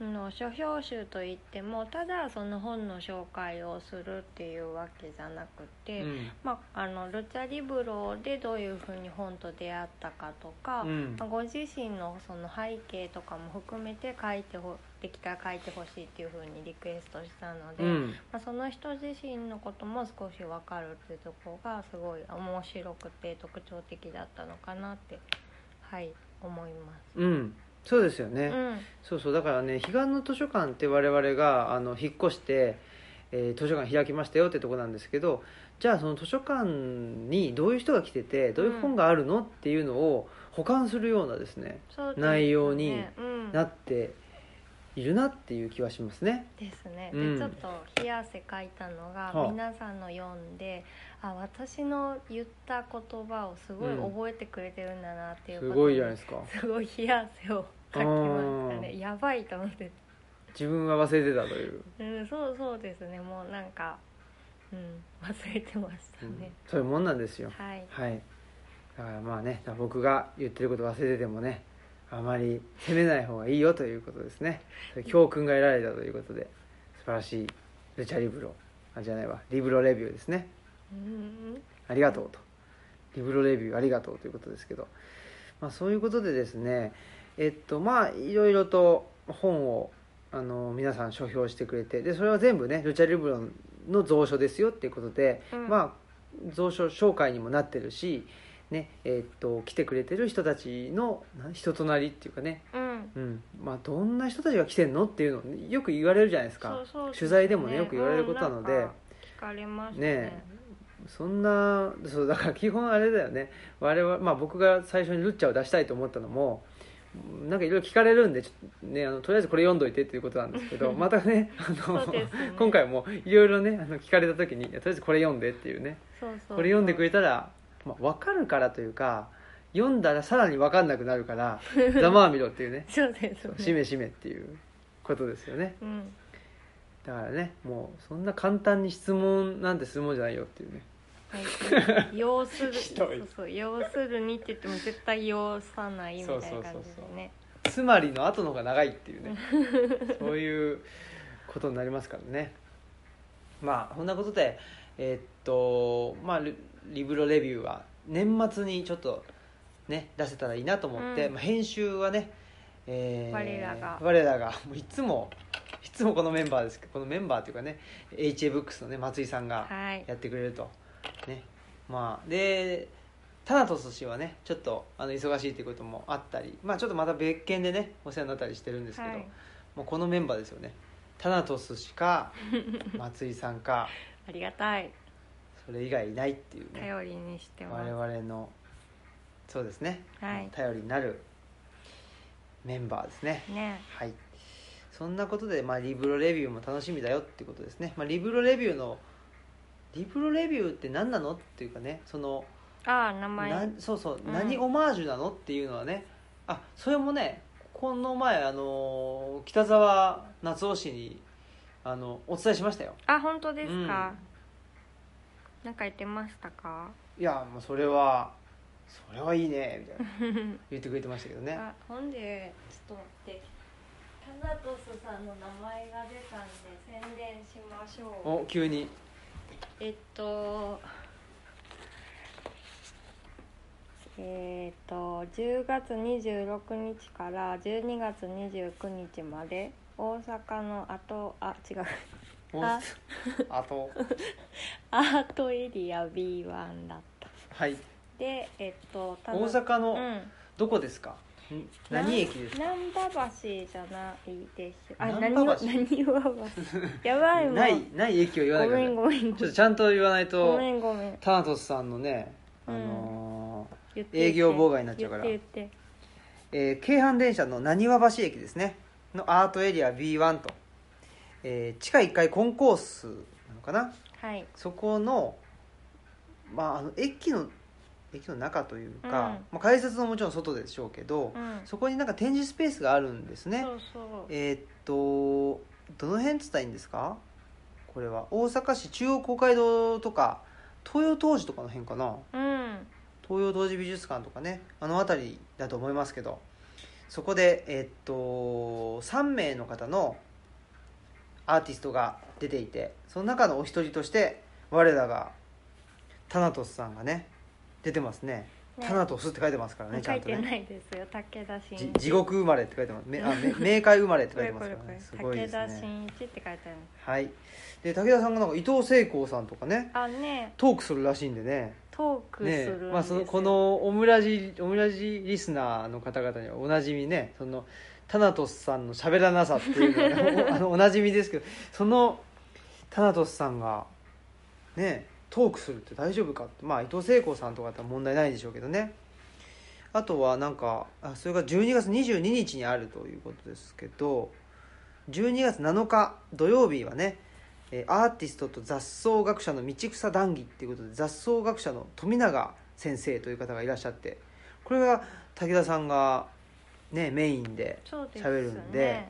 [SPEAKER 2] あの書評集といってもただその本の紹介をするっていうわけじゃなくて。
[SPEAKER 1] うん
[SPEAKER 2] まあ、あのルチャリブロでどういうふうに本と出会ったかとか、
[SPEAKER 1] うん
[SPEAKER 2] まあご自身のその背景とかも含めて書いてほできたら書いてほしいっていうふうにリクエストしたので、
[SPEAKER 1] うん
[SPEAKER 2] まあ、その人自身のことも少し分かるっていうところがすごい面白くて特徴的だったのかなってはい思います。
[SPEAKER 1] うん、そうですよね、
[SPEAKER 2] うん
[SPEAKER 1] そうそうだからね彼岸の図書館って我々があの引っ越して、えー図書館開きましたよってとこなんですけどじゃあその図書館にどういう人が来ててどういう本があるのっていうのを保管するようなですね、
[SPEAKER 2] そうですね
[SPEAKER 1] 内容に
[SPEAKER 2] うん
[SPEAKER 1] なっているなっていう気はしますね。
[SPEAKER 2] ですね、
[SPEAKER 1] うん
[SPEAKER 2] でちょっと冷や汗かいたのが、
[SPEAKER 1] はあ
[SPEAKER 2] 皆さんの読んであ私の言った言葉をすごい
[SPEAKER 1] うん
[SPEAKER 2] 覚えてくれてるんだなっていう
[SPEAKER 1] す
[SPEAKER 2] こと
[SPEAKER 1] ごいじゃない
[SPEAKER 2] で
[SPEAKER 1] ですか
[SPEAKER 2] すごい冷や汗をかきました
[SPEAKER 1] あー
[SPEAKER 2] ねやばいと思って、
[SPEAKER 1] 自分は忘れてたという、
[SPEAKER 2] うん、そうそうですねもうなんか、うん、忘れてました
[SPEAKER 1] うん
[SPEAKER 2] ね、
[SPEAKER 1] そういうもんなんですよ
[SPEAKER 2] はい
[SPEAKER 1] はいだからまあねだから僕が言ってること忘れててもねあまり責めない方がいいよということですねそれ教訓が得られたということで素晴らしいルチャリブロあじゃないわリブロレビューですね
[SPEAKER 2] うん
[SPEAKER 1] ありがとうとリブロレビューありがとうということですけど、まあ、そういうことでですねえっとまあいろいろと本をあの皆さん書評してくれてでそれは全部ねルチャリブロの蔵書ですよっていうことで、
[SPEAKER 2] うん
[SPEAKER 1] まあ蔵書紹介にもなってるし、ねえっと来てくれてる人たちのな人となりっていうかね、
[SPEAKER 2] うん
[SPEAKER 1] うんまあ、どんな人たちが来てんのっていうのをねよく言われるじゃないですか
[SPEAKER 2] そうそうす
[SPEAKER 1] 取材でもねよく言われることなので。
[SPEAKER 2] うんんか聞かれますね
[SPEAKER 1] ねそんなそうだから 基本あれだよね我々、まあ、僕が最初にルッチャを出したいと思ったのもなんかいろいろ聞かれるんでちょっと、ね、あのとりあえずこれ読んどいてっていうことなんですけどまたねあの
[SPEAKER 2] そうですね
[SPEAKER 1] 今回もいろいろねあの聞かれた時にいやとりあえずこれ読んでっていうね
[SPEAKER 2] そうそうそう
[SPEAKER 1] これ読んでくれたら、まあ、分かるからというか読んだらさらに分かんなくなるから 「ざまあみろ」っていうね
[SPEAKER 2] そうです
[SPEAKER 1] そう
[SPEAKER 2] ね
[SPEAKER 1] 「しめしめ」っていうことですよね
[SPEAKER 2] うん
[SPEAKER 1] だからねもうそんな簡単に質問なんて質問じゃないよっていうね
[SPEAKER 2] はい 要する
[SPEAKER 1] ひ
[SPEAKER 2] そ
[SPEAKER 1] どいう
[SPEAKER 2] そう要するにって言っても絶対要さないみたいな感じですね
[SPEAKER 1] つまりの後の方が長いっていうねそういうことになりますからねまあこんなことでえーっとまあリリブロレビューは年末にちょっとね出せたらいいなと思って、
[SPEAKER 2] うん
[SPEAKER 1] まあ、編集はね、えー
[SPEAKER 2] 我らが
[SPEAKER 1] 我らがもういつもいつもこのメンバーですけどこのメンバーというかね HA ブックスのね松井さんが
[SPEAKER 2] はい
[SPEAKER 1] やってくれると、ねまあでタナトス氏はねちょっとあの忙しいっていうこともあったりまあちょっとまた別件でねお世話になったりしてるんですけど、
[SPEAKER 2] はい
[SPEAKER 1] もうこのメンバーですよねタナトス氏 か松井さんか
[SPEAKER 2] ありがたい
[SPEAKER 1] それ以外いないっていうね
[SPEAKER 2] 頼りにしてま
[SPEAKER 1] 我
[SPEAKER 2] す
[SPEAKER 1] 々のそうですね、
[SPEAKER 2] はい
[SPEAKER 1] 頼りになるメンバーですね
[SPEAKER 2] ね
[SPEAKER 1] はいそんなことで、まあ、リブロレビューも楽しみだよってことですね、まあ、リブロレビューのリブロレビューって何なのっていうかねその
[SPEAKER 2] ああ名
[SPEAKER 1] な
[SPEAKER 2] 前
[SPEAKER 1] そうそう、
[SPEAKER 2] うん
[SPEAKER 1] 何オマージュなのっていうのはねあそれもねこの前あの北沢夏夫氏にあのお伝えしましたよ
[SPEAKER 2] あ本当ですかなんか言ってましたか
[SPEAKER 1] いやもうそれはそれはいいねみたいな 言ってくれてましたけどね
[SPEAKER 2] あほんでちょっと待ってタナトスさんの名前が出たんで宣伝しましょう
[SPEAKER 1] お急に
[SPEAKER 2] えっとえっと10月26日から12月29日まで大阪のあとあ違う
[SPEAKER 1] お
[SPEAKER 2] あ
[SPEAKER 1] あと
[SPEAKER 2] アートエリア B1 だった
[SPEAKER 1] はい
[SPEAKER 2] でえっと
[SPEAKER 1] 大
[SPEAKER 2] ただ
[SPEAKER 1] 阪
[SPEAKER 2] う
[SPEAKER 1] の
[SPEAKER 2] ん
[SPEAKER 1] どこですか、ん何駅ですか
[SPEAKER 2] 難波橋じゃないでしょあ
[SPEAKER 1] 難
[SPEAKER 2] 何
[SPEAKER 1] 波
[SPEAKER 2] は
[SPEAKER 1] 橋
[SPEAKER 2] 何は橋やばいもん
[SPEAKER 1] ないない駅を言わな
[SPEAKER 2] ご
[SPEAKER 1] いでくださ
[SPEAKER 2] めん
[SPEAKER 1] い
[SPEAKER 2] ごめん
[SPEAKER 1] ちょっとちゃんと言わない
[SPEAKER 2] ご
[SPEAKER 1] と
[SPEAKER 2] めんごめん
[SPEAKER 1] タナトスさんのね、あの
[SPEAKER 2] 言って
[SPEAKER 1] 営業妨害になっちゃうから
[SPEAKER 2] 言って言って
[SPEAKER 1] ーえー京阪電車のなにわ橋駅ですねのアートエリア B1 と、えー地下1階コンコースなのかな
[SPEAKER 2] はい
[SPEAKER 1] そこの,、まあ、あの駅の駅の中というか、
[SPEAKER 2] うん
[SPEAKER 1] まあ、改札ももちろん外でしょうけど、
[SPEAKER 2] うん
[SPEAKER 1] そこになんか展示スペースがあるんですね
[SPEAKER 2] そうそう
[SPEAKER 1] えーっとどの辺つったらいいんですかこれは大阪市中央公会堂とか東洋東寺とかの辺かな
[SPEAKER 2] うん
[SPEAKER 1] 東洋同時美術館とかねあの辺りだと思いますけどそこで、えっと3名の方のアーティストが出ていてその中のお一人として我らがタナトスさんがね出てますね
[SPEAKER 2] ね
[SPEAKER 1] タナトスって書いてますからねち
[SPEAKER 2] 書
[SPEAKER 1] ゃん
[SPEAKER 2] い
[SPEAKER 1] と
[SPEAKER 2] て
[SPEAKER 1] ね
[SPEAKER 2] ないですよ武田
[SPEAKER 1] じ
[SPEAKER 2] 信
[SPEAKER 1] 地獄生まれって書いてますめあ め冥界生まれって書いてますからねすごいで
[SPEAKER 2] 武
[SPEAKER 1] す
[SPEAKER 2] 田
[SPEAKER 1] ね
[SPEAKER 2] 真一って書いてある
[SPEAKER 1] はいで武田さんがなんか伊藤聖光さんとかね
[SPEAKER 2] あね
[SPEAKER 1] トークするらしいんでね
[SPEAKER 2] トークするん
[SPEAKER 1] ね
[SPEAKER 2] ですよ
[SPEAKER 1] まあ、そのこのオムラジオムラジリスナーの方々にはおなじみねそのタナトスさんの喋らなさっていうのがねお あのおなじみですけどそのタナトスさんがねトークするって大丈夫かってまあ伊藤聖子さんとかだったら問題ないでしょうけどねあとはなんかあそれが12月22日にあるということですけど12月7日土曜日はねえーアーティストと雑草学者の道草談義っていうことで雑草学者の富永先生という方がいらっしゃってこれが武田さんが、ね、メインで
[SPEAKER 2] そうです
[SPEAKER 1] 喋るんで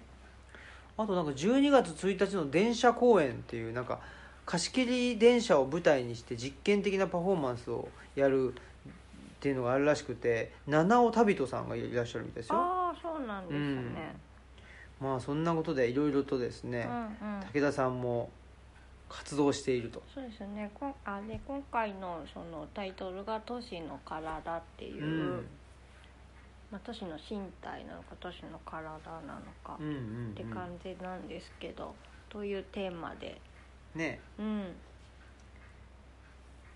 [SPEAKER 1] あとなんか12月1日の電車公演っていうなんか貸し切り電車を舞台にして実験的なパフォーマンスをやるっていうのがあるらしくて七尾旅人さんがいらっしゃるみたいですよ
[SPEAKER 2] ああそうなんですね、
[SPEAKER 1] まあそんなことでいろいろとです
[SPEAKER 2] うん、
[SPEAKER 1] ね
[SPEAKER 2] うん
[SPEAKER 1] 武田さんも活動していると
[SPEAKER 2] そうですねこんあで今回のそのタイトルが「都市の体」っていう、
[SPEAKER 1] うん
[SPEAKER 2] まあ、都市の身体なのか都市の体なのか
[SPEAKER 1] うんうんうん
[SPEAKER 2] って感じなんですけど、というテーマで
[SPEAKER 1] ね
[SPEAKER 2] うん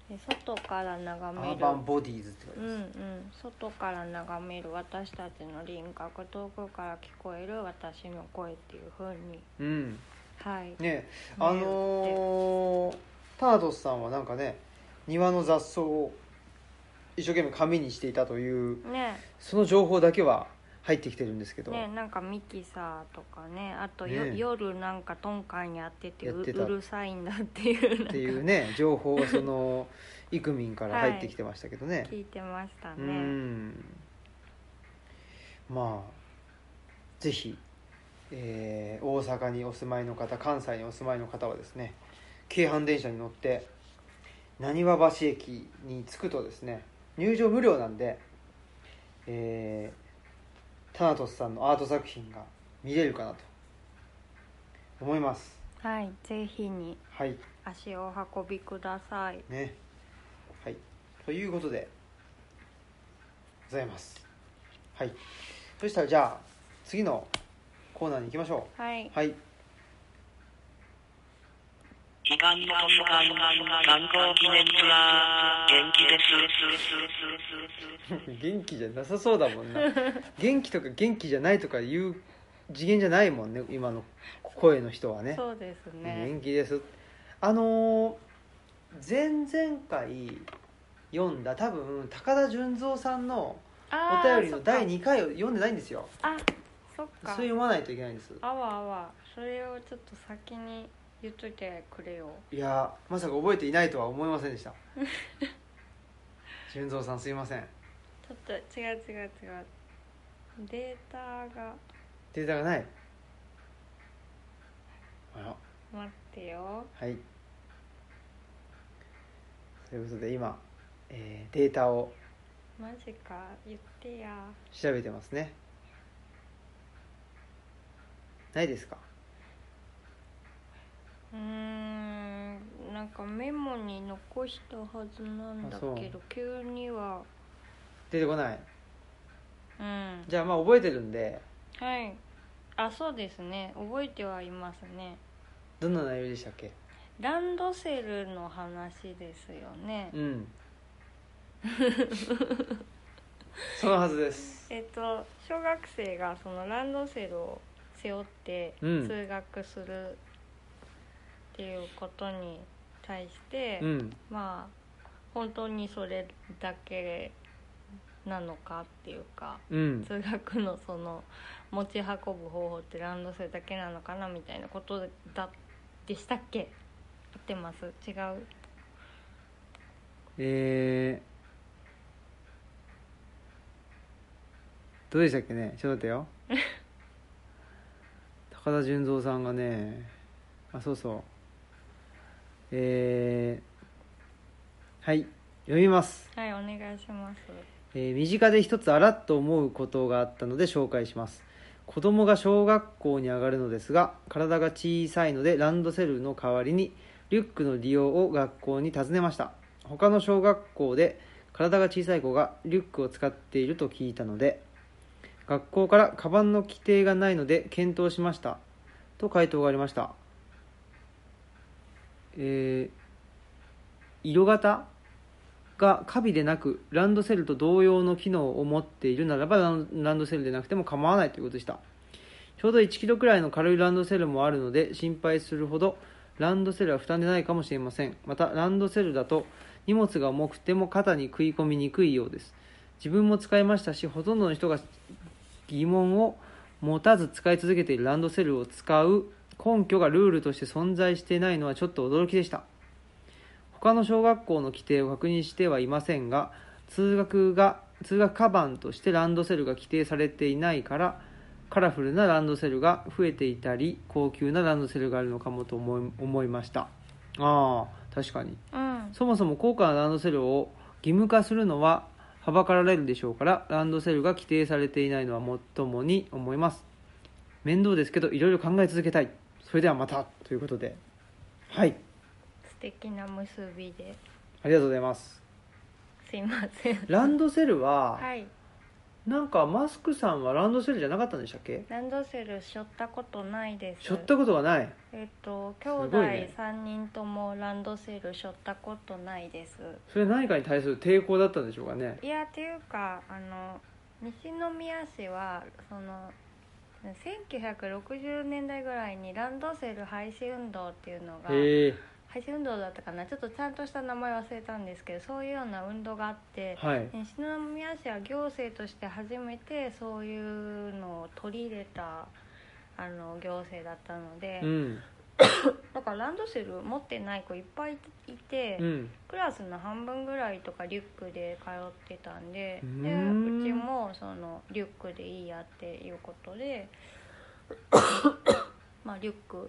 [SPEAKER 2] で外から眺
[SPEAKER 1] ア
[SPEAKER 2] め
[SPEAKER 1] ー
[SPEAKER 2] る
[SPEAKER 1] バンボディーズって書いて
[SPEAKER 2] うん
[SPEAKER 1] ま
[SPEAKER 2] う
[SPEAKER 1] す
[SPEAKER 2] ん、外から眺める私たちの輪郭遠くから聞こえる私の声っていう風に
[SPEAKER 1] うん
[SPEAKER 2] はい
[SPEAKER 1] ねあのータートスさんはなんかね庭の雑草を一生懸命紙にしていたという
[SPEAKER 2] ね
[SPEAKER 1] その情報だけは入ってきてるんですけど、
[SPEAKER 2] ねなんかミキサーとかねあとよ、
[SPEAKER 1] ね
[SPEAKER 2] 夜なんかトンカンやってて
[SPEAKER 1] やっ
[SPEAKER 2] う
[SPEAKER 1] てた
[SPEAKER 2] うるさいんだっていうなん
[SPEAKER 1] っ
[SPEAKER 2] か
[SPEAKER 1] ていうね情報がそ のイクミンから入ってきてましたけどね、
[SPEAKER 2] 聞いてました
[SPEAKER 1] う
[SPEAKER 2] ね
[SPEAKER 1] んまあぜひ、えー大阪にお住まいの方関西にお住まいの方はですね京阪電車に乗って浪速橋駅に着くとですね入場無料なんで、えータナトスさんのアート作品が見れるかなと思います
[SPEAKER 2] はいぜひに
[SPEAKER 1] はい
[SPEAKER 2] 足をお運びください
[SPEAKER 1] ねはいということでございますはいそしたらじゃあ次のコーナーに行きましょ
[SPEAKER 2] はいう
[SPEAKER 1] はい
[SPEAKER 4] 時間の図書館、観光記念ツアー、元気です。
[SPEAKER 1] 元気じゃなさそうだも んな元気とか元気じゃないとかいう次元じゃないもんね今の声の人はね
[SPEAKER 2] そうですね
[SPEAKER 1] 元気ですあのー前々回読んだ多分高田純三さんの
[SPEAKER 2] あ
[SPEAKER 1] お
[SPEAKER 2] ー
[SPEAKER 1] 便りの第2回を読んでないんですよ
[SPEAKER 2] そっ
[SPEAKER 1] それ
[SPEAKER 2] かそっ
[SPEAKER 1] 読
[SPEAKER 2] か
[SPEAKER 1] まないといけないんです
[SPEAKER 2] あわあわそれをちょっと先に言っといてくれよ
[SPEAKER 1] いやーまさか覚えていないとは思いませんでした純三さんすいません
[SPEAKER 2] ちょっと違う違う違うデータが
[SPEAKER 1] データがないあら
[SPEAKER 2] 待ってよ
[SPEAKER 1] はいということで今、えーデータを
[SPEAKER 2] マジか言ってや
[SPEAKER 1] 調べてますねないですか
[SPEAKER 2] うーんなんかメモに残したはずなんだ
[SPEAKER 1] あそう
[SPEAKER 2] けど急には
[SPEAKER 1] 出てこない
[SPEAKER 2] うん
[SPEAKER 1] じゃあまあ覚えてるんで
[SPEAKER 2] はいあそうですね覚えてはいますね
[SPEAKER 1] どんな内容でしたっけ
[SPEAKER 2] ランドセルの話ですよね
[SPEAKER 1] うんそのはずです
[SPEAKER 2] えっと小学生がそのランドセルを背負って
[SPEAKER 1] うん
[SPEAKER 2] 通学するっていうことに対して、
[SPEAKER 1] うん
[SPEAKER 2] まあ本当にそれだけなのかっていうか
[SPEAKER 1] うん
[SPEAKER 2] 通学のその持ち運ぶ方法ってランドセルだけなのかなみたいなことだでしたっけ合ってます違う
[SPEAKER 1] えー、どうでしたっけねちょっと待ってよ高田純三さんがねあそうそうえー、はい読みます
[SPEAKER 2] はいお願いします
[SPEAKER 1] えー身近で一つあらっと思うことがあったので紹介します子供が小学校に上がるのですが体が小さいのでランドセルの代わりにリュックの利用を学校に尋ねました他の小学校で体が小さい子がリュックを使っていると聞いたので学校からカバンの規定がないので検討しましたと回答がありましたえー色型がカビでなくランドセルと同様の機能を持っているならばランランドセルでなくても構わないということでしたちょうど1キロくらいの軽いランドセルもあるので心配するほどランドセルは負担でないかもしれませんまたランドセルだと荷物が重くても肩に食い込みにくいようです自分も使いましたしほとんどの人が疑問を持たず使い続けているランドセルを使う根拠がルールとして存在していないのはちょっと驚きでした他の小学校の規定を確認してはいませんが通学が通学カバンとしてランドセルが規定されていないからカラフルなランドセルが増えていたり高級なランドセルがあるのかもと思い思いましたああ確かに
[SPEAKER 2] うん
[SPEAKER 1] そもそも高価なランドセルを義務化するのははばかられるでしょうからランドセルが規定されていないのはもっともに思います面倒ですけどいろいろ考え続けたいそれではまたということではい
[SPEAKER 2] 素敵な結びで
[SPEAKER 1] ありがとうございます
[SPEAKER 2] すいません
[SPEAKER 1] ランドセルは、
[SPEAKER 2] はい
[SPEAKER 1] なんかマスクさんはランドセルじゃなかったんでしたっけ
[SPEAKER 2] ランドセルしょったことないです
[SPEAKER 1] しょったことがない
[SPEAKER 2] えっと兄
[SPEAKER 1] ごい
[SPEAKER 2] 弟
[SPEAKER 1] ね
[SPEAKER 2] 3人ともランドセルしょったことないです
[SPEAKER 1] それ何かに対する抵抗だったんでしょうかね
[SPEAKER 2] いやっていうかあの西宮市はその1960年代ぐらいにランドセル廃止運動っていうのが
[SPEAKER 1] へえ
[SPEAKER 2] 廃止運動だったかなちょっとちゃんとした名前忘れたんですけどそういうような運動があって
[SPEAKER 1] はい
[SPEAKER 2] 西宮市は行政として初めてそういうのを取り入れたあの行政だったので、
[SPEAKER 1] うん
[SPEAKER 2] だからランドセル持ってない子いっぱいいて、
[SPEAKER 1] うん
[SPEAKER 2] クラスの半分ぐらいとかリュックで通ってたんで
[SPEAKER 1] う
[SPEAKER 2] で
[SPEAKER 1] ーん
[SPEAKER 2] うちもそのリュックでいいやっていうこと でまあリュック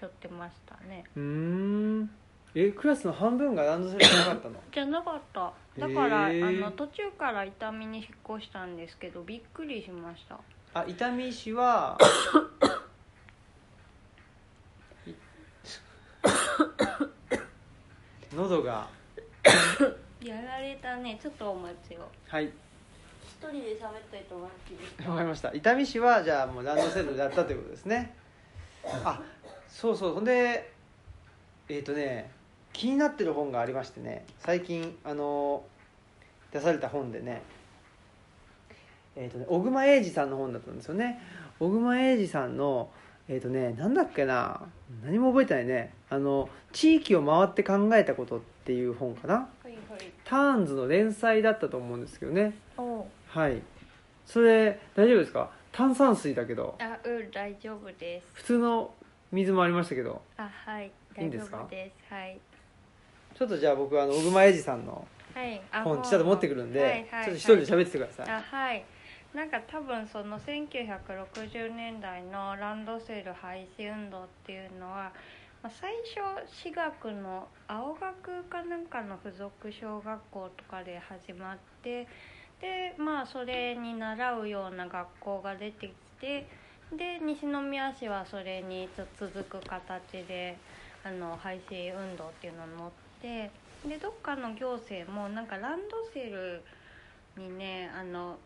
[SPEAKER 2] 背負ってましたね
[SPEAKER 1] うーんえクラスの半分がランドセルじゃなかったの
[SPEAKER 2] じゃなかっただからあ
[SPEAKER 1] へー
[SPEAKER 2] の途中から伊丹に引っ越したんですけどびっくりしました
[SPEAKER 1] あ伊丹市はい 喉が
[SPEAKER 2] やられたねちょっとお待ちを
[SPEAKER 1] はい
[SPEAKER 2] 一人で喋ったりと思って
[SPEAKER 1] わかりました伊丹市はじゃあもうランドセルだったということですねあそうそうほんでえっ、とね気になってる本がありましてね最近あの出された本でねえっ、とね小熊英二さんの本だったんですよね小熊英二さんのえっ、とねなんだっけな何も覚えてないねあの「地域を回って考えたこと」っていう本かな
[SPEAKER 2] はいはい
[SPEAKER 1] ターンズの連載だったと思うんですけどね
[SPEAKER 2] おう
[SPEAKER 1] はいそれ大丈夫ですか炭酸水だけど
[SPEAKER 2] あうん大丈夫です
[SPEAKER 1] 普通の水もありましたけど
[SPEAKER 2] あはい
[SPEAKER 1] いいん
[SPEAKER 2] 大
[SPEAKER 1] で
[SPEAKER 2] 丈
[SPEAKER 1] すか
[SPEAKER 2] 夫ですはい
[SPEAKER 1] ちょっとじゃあ僕あの小熊英二さんの
[SPEAKER 2] はいあ
[SPEAKER 1] 本ちょっと持ってくるんで、
[SPEAKER 2] はいはい
[SPEAKER 1] ちょっと一人で喋っててください、
[SPEAKER 2] あはいなんか多分その1960年代のランドセル廃止運動っていうのは、まあ、最初私学の青学かなんかの附属小学校とかで始まってでまあそれに習うような学校が出てきてで西宮市はそれにちょっと続く形であの廃止運動っていうのに乗ってでどっかの行政もなんかランドセルにねあの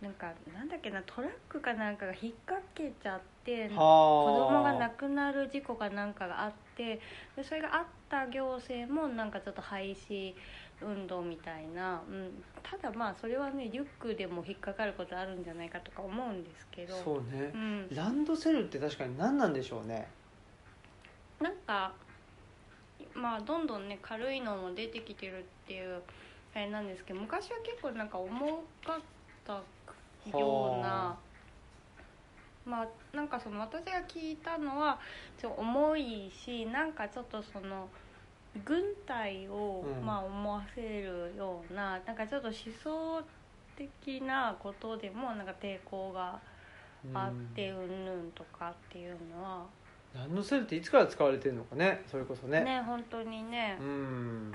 [SPEAKER 2] なんかなんだっけなトラックかなんかが引っ掛けちゃって子
[SPEAKER 1] はあ
[SPEAKER 2] 供が亡くなる事故かなんかがあっってでそれがあった行政もなんかちょっと廃止運動みたいな、うん、ただまあそれはねリュックでも引っかかることあるんじゃないかとか思うんですけど
[SPEAKER 1] そうね
[SPEAKER 2] う、ん、
[SPEAKER 1] ランドセルって確かに何なんでしょうね
[SPEAKER 2] なんかまあどんどんね軽いのも出てきてるっていうあれなんですけど昔は結構なんか重かったよう
[SPEAKER 1] はあ
[SPEAKER 2] なまあなんかその私が聞いたのはちょっと重いしなんかちょっとその軍隊を
[SPEAKER 1] うん
[SPEAKER 2] まあ思わせるような、なんかちょっと思想的なことでもなんか抵抗が
[SPEAKER 1] うん
[SPEAKER 2] あってうんぬんとかっていうのは、
[SPEAKER 1] ランドセルっていつから使われてるのかねそれこそね
[SPEAKER 2] ね本当にね
[SPEAKER 1] う。ん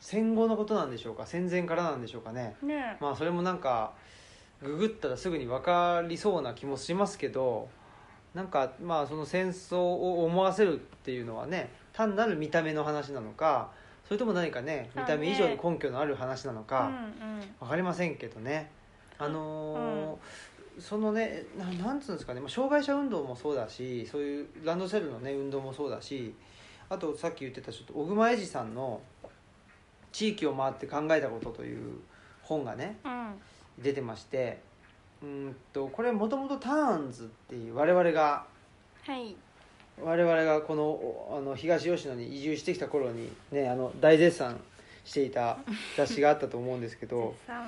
[SPEAKER 1] 戦後のことなんでしょうか戦前からなんでしょうかね
[SPEAKER 2] ね
[SPEAKER 1] まあそれもなんかググったらすぐに分かりそうな気もしますけどなんかまあその戦争を思わせるっていうのはね単なる見た目の話なのかそれとも何かね見た目以上に根拠のある話なの
[SPEAKER 2] う
[SPEAKER 1] か、
[SPEAKER 2] ん
[SPEAKER 1] わかりませんけどねあのーそのねななんつうんですかね、まあ、障害者運動もそうだしそういうランドセルのね運動もそうだしあとさっき言ってたちょっと小熊英二さんの「地域を回って考えたこと」という本がね
[SPEAKER 2] うんうん
[SPEAKER 1] 出てましてうーんとこれもともとターンズっていう我々が
[SPEAKER 2] はい
[SPEAKER 1] 我々がこのおあの東吉野に移住してきた頃にねあの大絶賛していた雑誌があったと思うんですけど。
[SPEAKER 2] さ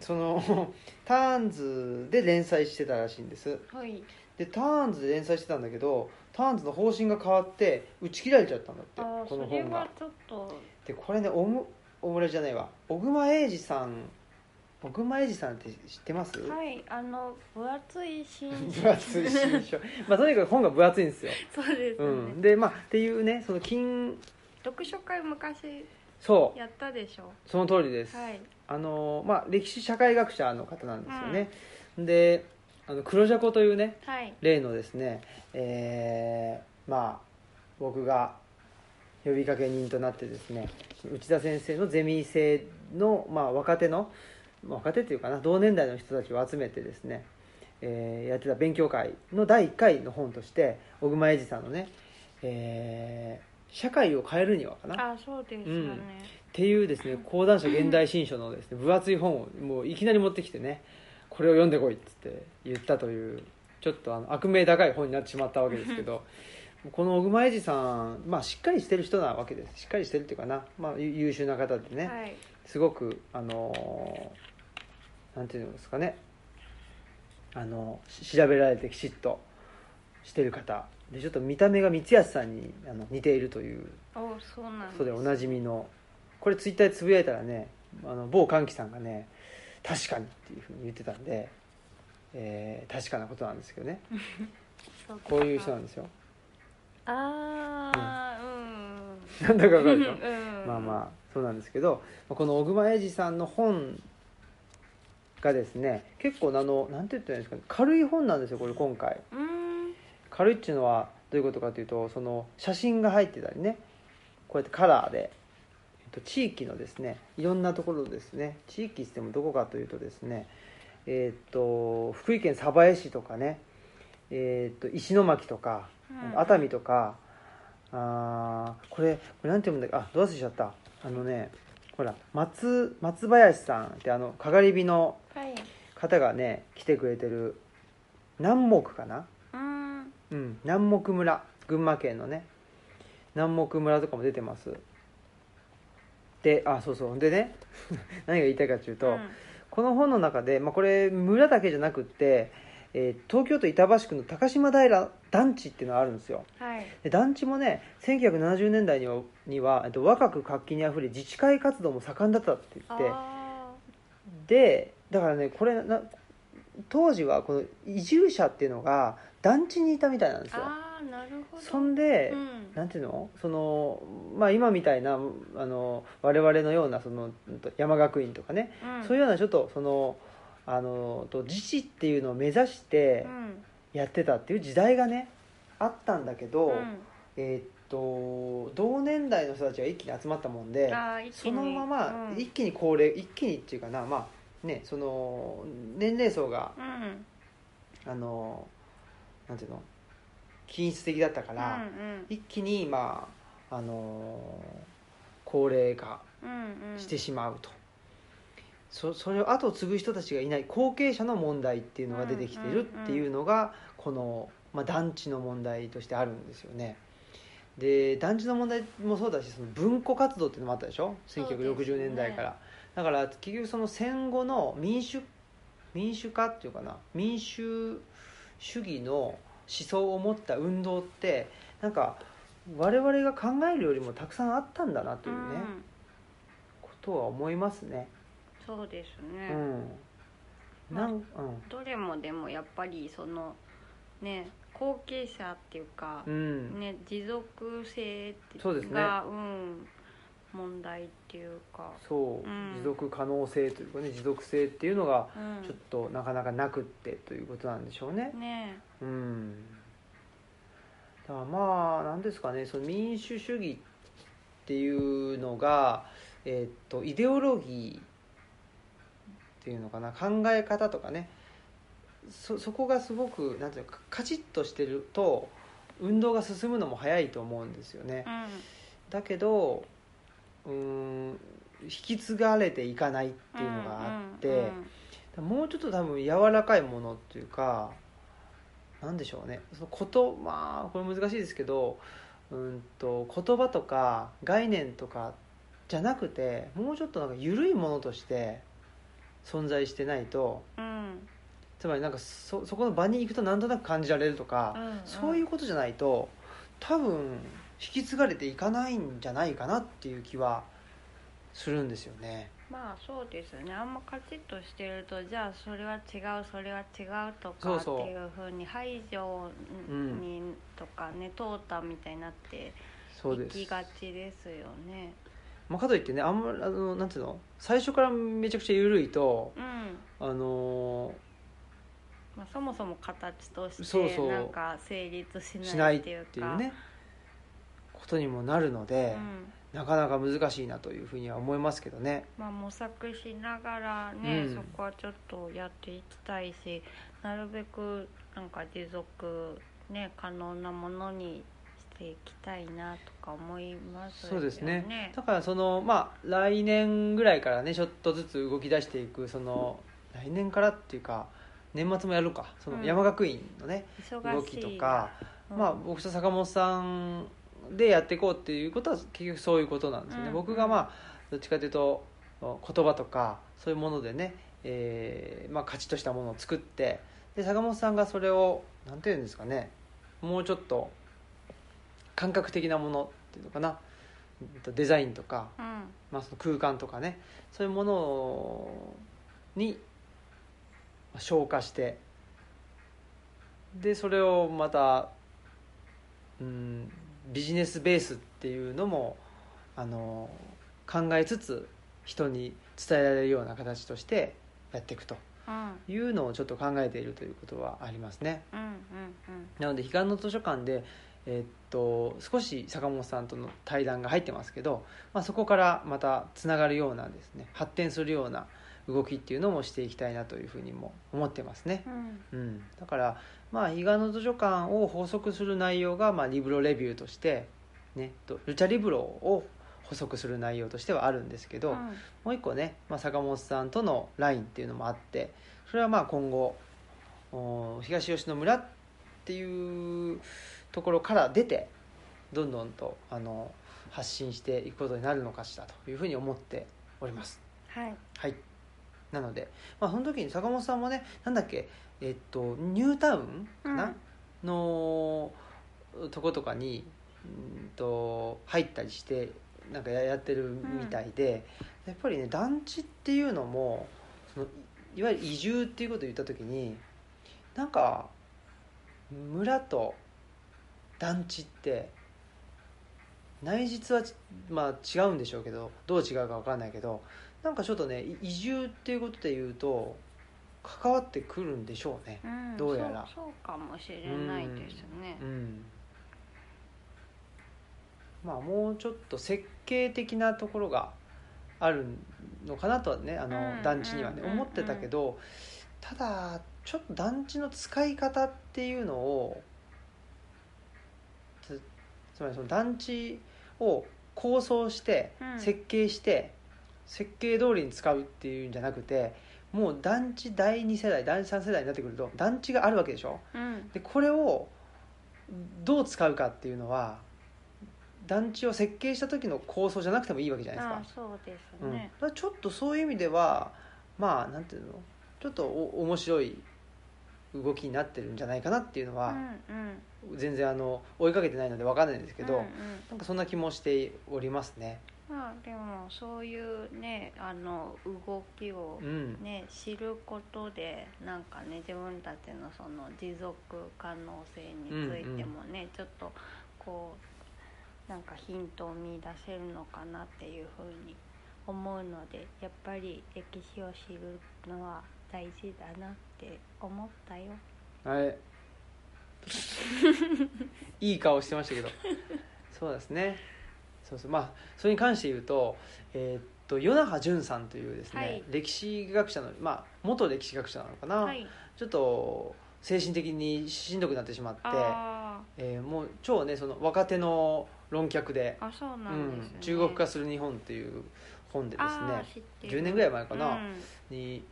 [SPEAKER 1] そのターンズで連載してたらしいんです
[SPEAKER 2] んはい
[SPEAKER 1] でターンズで連載してたんだけどターンズの方針が変わって打ち切られちゃったんだって
[SPEAKER 2] あー
[SPEAKER 1] この
[SPEAKER 2] それ
[SPEAKER 1] 本が
[SPEAKER 2] はちょっと
[SPEAKER 1] でこれねオムオムラじゃないわ小熊英二さん小熊英二さんって知ってます、
[SPEAKER 2] はいあの分厚い新
[SPEAKER 1] 分厚い新書まあとにかく本が分厚いんですよ、
[SPEAKER 2] そうです
[SPEAKER 1] う
[SPEAKER 2] ね、
[SPEAKER 1] ん、でまあっていうねその金
[SPEAKER 2] 読書会昔
[SPEAKER 1] そ
[SPEAKER 2] やったでしょ
[SPEAKER 1] うその通りです、
[SPEAKER 2] はい
[SPEAKER 1] あのまあ歴史社会学者の方なんですよね、であの黒ジャコというね
[SPEAKER 2] はい
[SPEAKER 1] 例のですね、えーまあ僕が呼びかけ人となってですね内田先生のゼミ生の、まあ、若手のまあ若手っていうかな同年代の人たちを集めてですね、えーやってた勉強会の第1回の本として小熊英二さんのね、えー社会を変えるには」かなっ
[SPEAKER 2] あそうですよね、
[SPEAKER 1] ていうですね講談社現代新書のですね分厚い本をもういきなり持ってきてねこれを読んでこいっつって言ったというちょっとあの悪名高い本になってしまったわけですけど この小熊英二さん、まあ、しっかりしてる人なわけですしっかりしてるっていうかな、まあ、ゆ優秀な方でね、
[SPEAKER 2] はい
[SPEAKER 1] すごくあのーなんていうんですかねあのし調べられてきちっとしてる方でちょっと見た目が三安さんにあの似ているという
[SPEAKER 2] おそうなんです
[SPEAKER 1] そうでおなじみのこれツイッターでつぶやいたらねあの某歓喜さんがね確かにっていうふうに言ってたんで、えー確かなことなんですけどね
[SPEAKER 2] そうか
[SPEAKER 1] こういう人なんですよ
[SPEAKER 2] ああうん
[SPEAKER 1] なんだかわかるでしょ
[SPEAKER 2] うん
[SPEAKER 1] まあまあそうなんですけどまあこの小熊英二さんの本がですね結構あのなんて言ったらいいんですかね軽い本なんですよこれ今回
[SPEAKER 2] あうん
[SPEAKER 1] 軽いっていうのはどういうことかというとその写真が入ってたりねこうやってカラーで、えっと、地域のですねいろんなところですね地域ってもどこかというとですねえっと福井県鯖江市とかねえっと石巻とか
[SPEAKER 2] うん
[SPEAKER 1] 熱海とかあーこれこれなんて読むんだっけあどう忘れしちゃったあのねほら松松林さんってあのかがり火の
[SPEAKER 2] はい
[SPEAKER 1] 方がね来てくれてる南木かな
[SPEAKER 2] うん
[SPEAKER 1] うん南木村群馬県のね南木村とかも出てますであそうそうでね 何が言いたいかというと、
[SPEAKER 2] うん
[SPEAKER 1] この本の中で、まあ、これ村だけじゃなくって、えー東京都板橋区の高島平団地っていうのがあるんですよ
[SPEAKER 2] はい
[SPEAKER 1] で団地もね1970年代にはには、えっと、若く活気にあふれ自治会活動も盛んだったって言って
[SPEAKER 2] あ
[SPEAKER 1] でだからねこれな当時はこの移住者っていうのが団地にいたみたいなんで
[SPEAKER 2] ー
[SPEAKER 1] すよ
[SPEAKER 2] あーなるほど
[SPEAKER 1] そんで、
[SPEAKER 2] うん
[SPEAKER 1] なんていうのその、まあ、今みたいなあの我々のようなそのうんと山学院とかね、
[SPEAKER 2] うん
[SPEAKER 1] そういうようなちょっとそのあのと自治っていうのを目指して
[SPEAKER 2] うん
[SPEAKER 1] やってたっていう時代がねあったんだけど、
[SPEAKER 2] う
[SPEAKER 1] えーっと同年代の人たちが一気に集まったもんで
[SPEAKER 2] ん、あー一気
[SPEAKER 1] そ
[SPEAKER 2] に
[SPEAKER 1] のまま
[SPEAKER 2] うん
[SPEAKER 1] 一気に高齢、一気にっていうかなまあねその年齢層が
[SPEAKER 2] うん
[SPEAKER 1] あのなんていうの均一的だったか
[SPEAKER 2] うん
[SPEAKER 1] ら、一気にまああのー高齢化
[SPEAKER 2] うんうん
[SPEAKER 1] してしまうと、そそれを後を継ぐ人たちがいない後継者の問題っていうのが出てきてるっていうのがこの、まあ、団地の問題としてあるんですよね。で団地の問題もそうだしその文庫活動っていうのもあったでしょ
[SPEAKER 2] そうです
[SPEAKER 1] 1960
[SPEAKER 2] ね
[SPEAKER 1] 年代から、だから結局その戦後の民主民主化っていうかな民主主義の思想を持った運動ってなんか我々が考えるよりもたくさんあったんだなというね、
[SPEAKER 2] うん
[SPEAKER 1] ことは思いますね。
[SPEAKER 2] そうですね、
[SPEAKER 1] うん。
[SPEAKER 2] まあ
[SPEAKER 1] なん、うん、
[SPEAKER 2] どれもでもやっぱりそのね後継者っていうか
[SPEAKER 1] う、ん、
[SPEAKER 2] ね持続性って
[SPEAKER 1] そうですね
[SPEAKER 2] がうん問題っていうか、
[SPEAKER 1] そう、
[SPEAKER 2] うん
[SPEAKER 1] 持続可能性というかね、持続性っていうのが。
[SPEAKER 2] うん、
[SPEAKER 1] ちょっとなかなかなくってということなんでしょうね。
[SPEAKER 2] ね
[SPEAKER 1] うん。だからまあ、なんですかね、その民主主義。っていうのが、えーっと、イデオロギー。っていうのかな、考え方とかね。そそこがすごくなんていうかカチッとしてると運動が進むのも早いと思うんですよね。
[SPEAKER 2] うん
[SPEAKER 1] だけどうーん引き継がれていかないっていうのがあって、
[SPEAKER 2] うん
[SPEAKER 1] もうちょっと多分柔らかいものっていうかなんでしょうねそのことまあこれ難しいですけどうんと言葉とか概念とかじゃなくてもうちょっとなんか緩いものとして存在してないと
[SPEAKER 2] うん
[SPEAKER 1] つまりなんかそそこの場に行くとなんとなく感じられるとか、
[SPEAKER 2] うんうん
[SPEAKER 1] そういうことじゃないと多分引き継がれていかないんじゃないかなっていう気はするんですよね。
[SPEAKER 2] まあそうですねあんまカチッとしてるとじゃあそれは違うそれは違うと
[SPEAKER 1] そ
[SPEAKER 2] か
[SPEAKER 1] う
[SPEAKER 2] って
[SPEAKER 1] そう
[SPEAKER 2] いうふうに排除
[SPEAKER 1] うん
[SPEAKER 2] に、とかね淘汰みたいになって
[SPEAKER 1] そう
[SPEAKER 2] い
[SPEAKER 1] です
[SPEAKER 2] きがちですよね。
[SPEAKER 1] まあ、かといってねあんまりあのなんていうの最初からめちゃくちゃ緩いと
[SPEAKER 2] うん
[SPEAKER 1] あのー
[SPEAKER 2] まあ、そもそも形として
[SPEAKER 1] そうそう
[SPEAKER 2] なんか成立
[SPEAKER 1] し
[SPEAKER 2] し
[SPEAKER 1] な
[SPEAKER 2] ないい
[SPEAKER 1] っ
[SPEAKER 2] ってて
[SPEAKER 1] い
[SPEAKER 2] いう
[SPEAKER 1] う
[SPEAKER 2] か
[SPEAKER 1] ねことにもなるので、
[SPEAKER 2] うん
[SPEAKER 1] なかなか難しいなというふうには思いますけどね。
[SPEAKER 2] まあ、模索しながらね、
[SPEAKER 1] うん
[SPEAKER 2] そこはちょっとやっていきたいしなるべくなんか持続、ね、可能なものにしていきたいなとか思いますよ
[SPEAKER 1] そうですねだからそのまあ来年ぐらいからねちょっとずつ動き出していくその来年からっていうか年末もやるかその
[SPEAKER 2] うん
[SPEAKER 1] 山学院のね、動
[SPEAKER 2] 忙し
[SPEAKER 1] き
[SPEAKER 2] い
[SPEAKER 1] とか、
[SPEAKER 2] うん
[SPEAKER 1] まあ僕と坂本さんでやっていこうっていうことは結局そういうことなんですよね、
[SPEAKER 2] うん
[SPEAKER 1] 僕がまあどっちかというと言葉とかそういうものでね、えーまあ、価値としたものを作ってで坂本さんがそれをなんていうんですかねもうちょっと感覚的なものっていうのかなうんとデザインとか、
[SPEAKER 2] うん
[SPEAKER 1] まあ、その空間とかねそういうものにまあ消化してでそれをまた、うん、ビジネスベースっていうのもあの考えつつ人に伝えられるような形としてやっていくと
[SPEAKER 2] うん
[SPEAKER 1] いうのをちょっと考えているということはありますね。
[SPEAKER 2] うんうん
[SPEAKER 1] なので彼岸の図書館で、えーっと少し坂本さんとの対談が入ってますけど、まあ、そこからまたつながるようなですね発展するような動きっていうのもしていきたいなというふうにも思ってますね。
[SPEAKER 2] うんうん
[SPEAKER 1] うん、だから、まあ、彼岸の図書館を補足する内容が、まあ、リブロレビューとして、ね、とルチャリブロを補足する内容としてはあるんですけど、
[SPEAKER 2] うん
[SPEAKER 1] もう一個ね、まあ、坂本さんとのラインっていうのもあってそれはまあ今後お東吉野村っていうところから出てどんどんとあの発信していくことになるのかしらというふうに思っております。
[SPEAKER 2] はい
[SPEAKER 1] はいなので、まあ、その時に坂本さんもねなんだっけ、えっと、ニュータウンかな、のとことかにうんと入ったりしてなんかややってるみたいで、やっぱりね団地っていうのもそのいいわゆる移住っていうことを言った時になんか村と団地って内実はち、まあ、違うんでしょうけどどう違うか分かんないけどなんかちょっとねい移住っていうことで言うと関わってくるんでしょうね。
[SPEAKER 2] ん
[SPEAKER 1] どうやら
[SPEAKER 2] そうそうかもしれないですね
[SPEAKER 1] うんまあもうちょっと設計的なところがあるのかなとはねあの、
[SPEAKER 2] うん
[SPEAKER 1] 団地にはね
[SPEAKER 2] うん
[SPEAKER 1] 思ってたけど、ただちょっと団地の使い方っていうのをつまりその団地を構想して
[SPEAKER 2] うん
[SPEAKER 1] 設計して、設計通りに使うっていうんじゃなくてもう団地第2世代第3世代になってくると団地があるわけでしょ
[SPEAKER 2] うん
[SPEAKER 1] でこれをどう使うかっていうのは団地を設計した時の構想じゃなくてもいいわけじゃないです
[SPEAKER 2] あ
[SPEAKER 1] か
[SPEAKER 2] あそうです
[SPEAKER 1] うん、だ
[SPEAKER 2] ね、
[SPEAKER 1] からちょっとそういう意味ではまあなんていうのちょっとお面白い動きになってるんじゃないかなっていうの
[SPEAKER 2] うん、
[SPEAKER 1] は、
[SPEAKER 2] うん
[SPEAKER 1] 全然あの追いかけてないので分かんないんですけど、
[SPEAKER 2] うんうん
[SPEAKER 1] なんかそんな気もしておりますね。
[SPEAKER 2] まあでもそういうねあの動きを
[SPEAKER 1] うん、
[SPEAKER 2] ね、知ることでなんかね自分たちのその持続可能性についてもね、ちょっとこうなんかヒントを見出せるのかなっていうふうに思うのでやっぱり歴史を知るのは大事だなって思ったよ。
[SPEAKER 1] はい。いい顔してましたけど。そうですね。そうそう、まあ、それに関して言うと、えーっと、与那覇淳さんというですね、
[SPEAKER 2] はい
[SPEAKER 1] 歴史学者の、まあ、元歴史学者なのかな。
[SPEAKER 2] はい、
[SPEAKER 1] ちょっと精神的にしんどくなってしまって、
[SPEAKER 2] あ
[SPEAKER 1] えーもう超ね、その若手の論客で。
[SPEAKER 2] ーあそう
[SPEAKER 1] う
[SPEAKER 2] なんですね。
[SPEAKER 1] ん、中国化する日本っていう本でです
[SPEAKER 2] あ
[SPEAKER 1] ね
[SPEAKER 2] ー。知ってる
[SPEAKER 1] 10年ぐらい前かな、
[SPEAKER 2] うん
[SPEAKER 1] に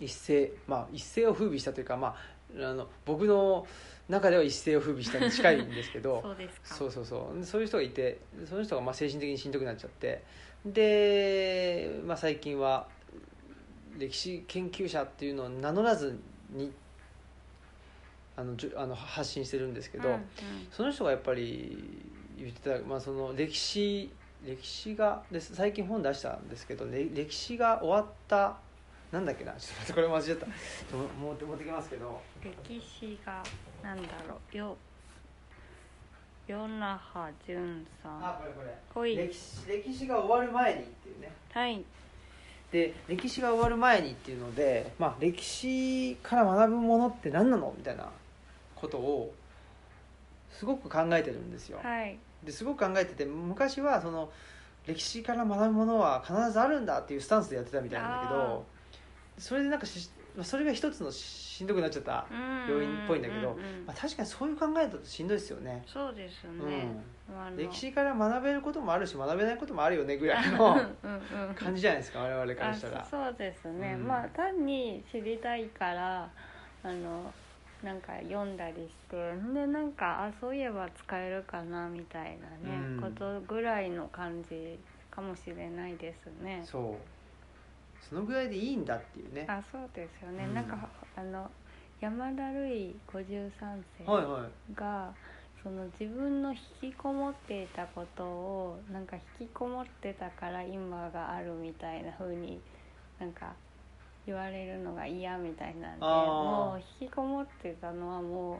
[SPEAKER 1] 一世まあ一世を風靡したというかまああの僕の中では一世を風靡したに近いんですけど
[SPEAKER 2] そうですか。
[SPEAKER 1] そうそうそうそういう人がいてその人がまあ精神的にしんどくなっちゃってで、まあ、最近は歴史研究者っていうのを名乗らずにあのじゅあの発信してるんですけど、
[SPEAKER 2] うんうん
[SPEAKER 1] その人がやっぱり言ってた、まあ、その歴史歴史がです最近本出したんですけど、ね、歴史が終わったなんだっけなちょっと待ってこれ間違ったちょっとも持って持ってきますけど
[SPEAKER 2] 歴史がなんだろうよ与那覇潤さん
[SPEAKER 1] あこれこれ
[SPEAKER 2] ほい
[SPEAKER 1] 歴史歴史が終わる前にっていうね
[SPEAKER 2] はい
[SPEAKER 1] で歴史が終わる前にっていうので、まあ、歴史から学ぶものって何なのみたいなことをすごく考えてるんですよ、
[SPEAKER 2] はい
[SPEAKER 1] ですごく考えてて昔はその歴史から学ぶものは必ずあるんだっていうスタンスでやってたみたいなんだけどそれでなんかしそれが一つのししんどくなっちゃった、
[SPEAKER 2] 病
[SPEAKER 1] 病院っぽいんだけど
[SPEAKER 2] うんうん
[SPEAKER 1] まあ、確かにそういう考えだとしんどいですよね、
[SPEAKER 2] そうです
[SPEAKER 1] う
[SPEAKER 2] ね、
[SPEAKER 1] ん、
[SPEAKER 2] あの
[SPEAKER 1] 歴史から学べることもあるし学べないこともあるよねぐらいの
[SPEAKER 2] うんう ん
[SPEAKER 1] 感じじゃないですか我々から
[SPEAKER 2] あ
[SPEAKER 1] したら。
[SPEAKER 2] そうですね、
[SPEAKER 1] うん
[SPEAKER 2] まあ単に知りたいからあのなんか読んだりしてでなんかあそういえば使えるかなみたいなね、
[SPEAKER 1] うん
[SPEAKER 2] ことぐらいの感じかもしれないですね
[SPEAKER 1] そうそのぐらいでいいんだっていうねは
[SPEAKER 2] あそうですよね、
[SPEAKER 1] うん
[SPEAKER 2] なんかあの山田るい53世
[SPEAKER 1] い
[SPEAKER 2] が、
[SPEAKER 1] は
[SPEAKER 2] その自分の引きこもっていたことをなんか引きこもってたから今があるみたいな風になんか言われるのが嫌みたいなんで
[SPEAKER 1] あー
[SPEAKER 2] もう引きこもってたのはも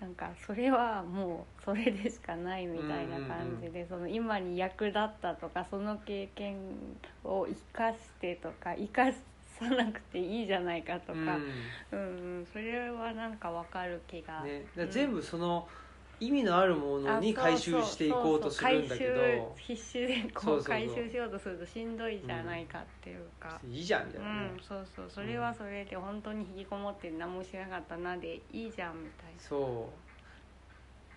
[SPEAKER 2] うなんかそれはもうそれでしかないみたいな感じで、その今に役立ったとかその経験を生かしてとか生かさなくていいじゃないか
[SPEAKER 1] い
[SPEAKER 2] と
[SPEAKER 1] う
[SPEAKER 2] か、
[SPEAKER 1] ん
[SPEAKER 2] うんうん、それはなんかわかる気が、
[SPEAKER 1] ね、だから全部その意味のあるものに回収していこうとするんだけど。
[SPEAKER 2] 回収必死で
[SPEAKER 1] そ
[SPEAKER 2] こ
[SPEAKER 1] うそう
[SPEAKER 2] う
[SPEAKER 1] そう
[SPEAKER 2] 回収しようとするとしんどいじゃないかっていうか、
[SPEAKER 1] いいじゃんみた
[SPEAKER 2] う
[SPEAKER 1] い
[SPEAKER 2] ん
[SPEAKER 1] なね、
[SPEAKER 2] そうそうそれはそれで本当に引きこもって何もしなかったなでいいじゃんみたい
[SPEAKER 1] そ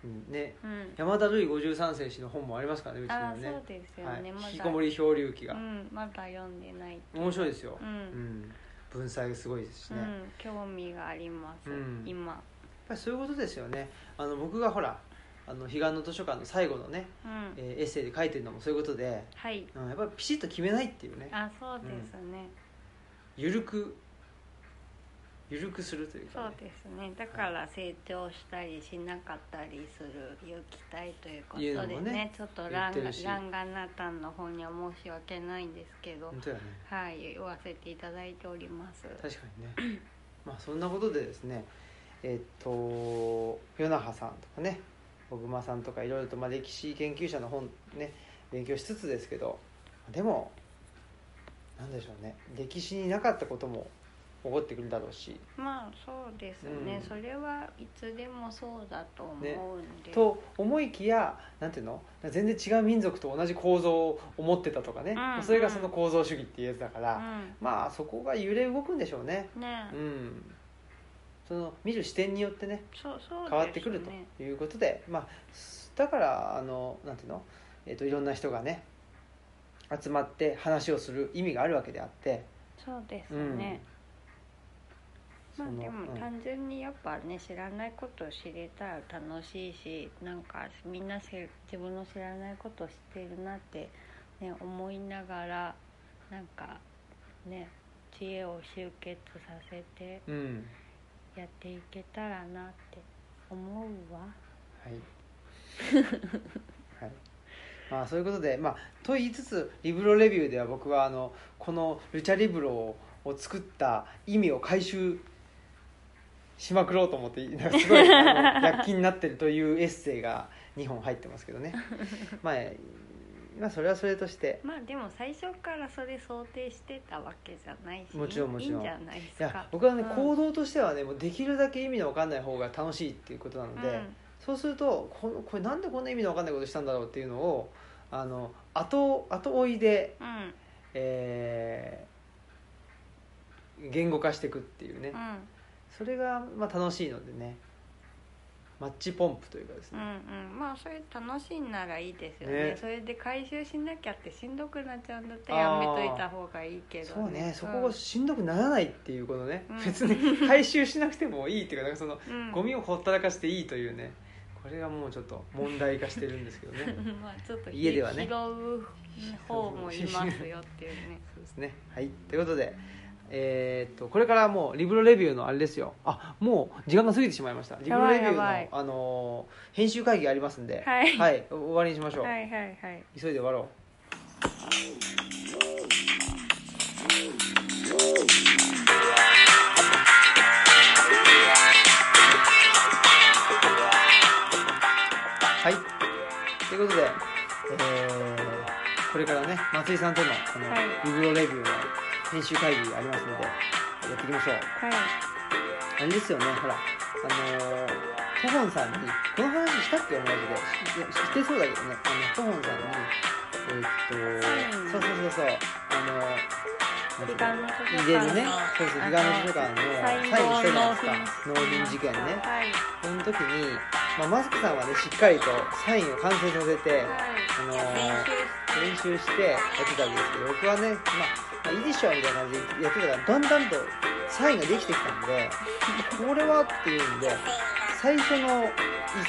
[SPEAKER 1] ううんね
[SPEAKER 2] な、うん、
[SPEAKER 1] 山田るい53世氏の本もありますからねうちに
[SPEAKER 2] ああ
[SPEAKER 1] は
[SPEAKER 2] そ
[SPEAKER 1] ね
[SPEAKER 2] うですよ
[SPEAKER 1] はい
[SPEAKER 2] ね、まだ
[SPEAKER 1] 引きこもり漂流記
[SPEAKER 2] う
[SPEAKER 1] が、
[SPEAKER 2] ん、まだ読んでないって
[SPEAKER 1] 面白いですよ
[SPEAKER 2] う、
[SPEAKER 1] うん
[SPEAKER 2] ん、
[SPEAKER 1] 文才がすごいですし
[SPEAKER 2] う
[SPEAKER 1] ね、やっ
[SPEAKER 2] ん、興味があります、
[SPEAKER 1] うん
[SPEAKER 2] 今、
[SPEAKER 1] ぱりそういうことですよねあの僕がほらあの彼岸の図書館の最後のね、
[SPEAKER 2] うん、
[SPEAKER 1] えーエッセイで書いてるのもそういうことで、
[SPEAKER 2] はい
[SPEAKER 1] うん、やっぱりピシッと決めないっていうね
[SPEAKER 2] あそうですね、
[SPEAKER 1] ゆるくゆるくするという
[SPEAKER 2] そ
[SPEAKER 1] か、
[SPEAKER 2] う
[SPEAKER 1] ね、
[SPEAKER 2] ですねだから成長したりしなかったりする有機体ということ
[SPEAKER 1] いうの
[SPEAKER 2] で
[SPEAKER 1] も
[SPEAKER 2] ね
[SPEAKER 1] ね
[SPEAKER 2] ちょっとラン
[SPEAKER 1] 言ってるし
[SPEAKER 2] ガランガナタンの方には申し訳ないんですけど
[SPEAKER 1] 本当やね
[SPEAKER 2] はい言わせていただいております
[SPEAKER 1] 確かにね まあそんなことでですねえっと与那覇さんとかね小熊さんとかいろいろと、まあ、歴史研究者の本ね勉強しつつですけどでもなんでしょうね歴史になかったことも起こってくるだろうし
[SPEAKER 2] まあそうですね、
[SPEAKER 1] うん
[SPEAKER 2] それはいつでもそうだと思うんで、
[SPEAKER 1] ねと思いきやなんていうの全然違う民族と同じ構造を持ってたとかね、
[SPEAKER 2] うん
[SPEAKER 1] それがその構造主義っていうやつだから、
[SPEAKER 2] う
[SPEAKER 1] まあそこが揺れ動くんでしょうね
[SPEAKER 2] んね、
[SPEAKER 1] うんその見る視点によってね
[SPEAKER 2] そうそうですね
[SPEAKER 1] 変わってくるということでまあすだからあのなんていうの、えっといろんな人がね集まって話をする意味があるわけであって、
[SPEAKER 2] そうです
[SPEAKER 1] うん
[SPEAKER 2] ね、
[SPEAKER 1] その
[SPEAKER 2] まあでも
[SPEAKER 1] うん
[SPEAKER 2] 単純にやっぱね知らないことを知れたら楽しいしなんかみんなせ自分の知らないことを知ってるなって、ね、思いながらなんかね知恵を集結させて
[SPEAKER 1] うん
[SPEAKER 2] やっていけたらなって思うわ。
[SPEAKER 1] はいはいまあ、そういうことで、まあ、と言いつつリブロレビューでは僕はあのこの「ルチャリブロを」作った意味を回収しまくろうと思ってなんかすごいあの躍起になってるというエッセイが2本入ってますけど ね、まあ、まあそれはそれとして
[SPEAKER 2] まあでも最初からそれ想定してたわけじゃないし
[SPEAKER 1] もちろんもちろん
[SPEAKER 2] いいんじゃないです
[SPEAKER 1] い
[SPEAKER 2] か
[SPEAKER 1] や僕はね、
[SPEAKER 2] うん
[SPEAKER 1] 行動としてはねもうできるだけ意味の分かんない方が楽しいっていうことなので。
[SPEAKER 2] うん
[SPEAKER 1] そうするとこのこれなんでこんな意味の分かんないことしたんだろうっていうのをあの後後追いで、
[SPEAKER 2] うん
[SPEAKER 1] えー言語化していくっていうね、
[SPEAKER 2] うん
[SPEAKER 1] それが、まあ、楽しいのでねマッチポンプというかです
[SPEAKER 2] うん
[SPEAKER 1] ね、
[SPEAKER 2] うん、まあそれ楽しいならいいですよね
[SPEAKER 1] ね
[SPEAKER 2] それで回収しなきゃってしんどくなっちゃうんだったらやめといた方がいいけど、
[SPEAKER 1] そうねそこ
[SPEAKER 2] う
[SPEAKER 1] が
[SPEAKER 2] ん
[SPEAKER 1] しんどくならないっていうことね、
[SPEAKER 2] うん
[SPEAKER 1] 別に回収しなくてもいいっていうかなんかその
[SPEAKER 2] うん
[SPEAKER 1] ゴミをほったらかしていいというねこれがもうちょっと問題化してるんですけどね
[SPEAKER 2] まあちょっと
[SPEAKER 1] 家ではね
[SPEAKER 2] 拾う方もいますよっていうね
[SPEAKER 1] そうですね。はい。ということで、えーっとこれからもうリブロレビューのあれですよ。あ、もう時間が過ぎてしまいました。リブロレビュー
[SPEAKER 2] や
[SPEAKER 1] の
[SPEAKER 2] ばいや
[SPEAKER 1] あのー編集会議がありますんで、
[SPEAKER 2] はい
[SPEAKER 1] お終わりにしましょう。
[SPEAKER 2] はいはいはい
[SPEAKER 1] 急いで終わろう。はい。ということで、えーこれからね、松井さんとのこの
[SPEAKER 2] はい
[SPEAKER 1] リブロレビューの編集会議がありますので、やっていきましょう。
[SPEAKER 2] はい
[SPEAKER 1] あれですよね、ほら、あのー、トホンさんに、この話したっけ、同じで、しししてそうだけどね、あの、トホンさんに、えーっと、そうそうそうそう、あのー、
[SPEAKER 2] 彼岸の
[SPEAKER 1] 遺
[SPEAKER 2] 図書
[SPEAKER 1] 伝
[SPEAKER 2] 館
[SPEAKER 1] ね
[SPEAKER 2] の、
[SPEAKER 1] そうそう、彼岸の図書館の
[SPEAKER 2] 最後
[SPEAKER 1] サインしてたじゃないで
[SPEAKER 2] 納
[SPEAKER 1] すか、農林事
[SPEAKER 2] 品
[SPEAKER 1] 件ね。
[SPEAKER 2] はいはい
[SPEAKER 1] その時に、まあ、マスクさんはね、しっかりとサインを完成させて、あのー
[SPEAKER 2] 練習
[SPEAKER 1] 練習してやってたんですけど僕はね、まあ、まあいいでしょみたいな感じでやってたからだんだんとサインができてきたんでこれはっていうんで最初の1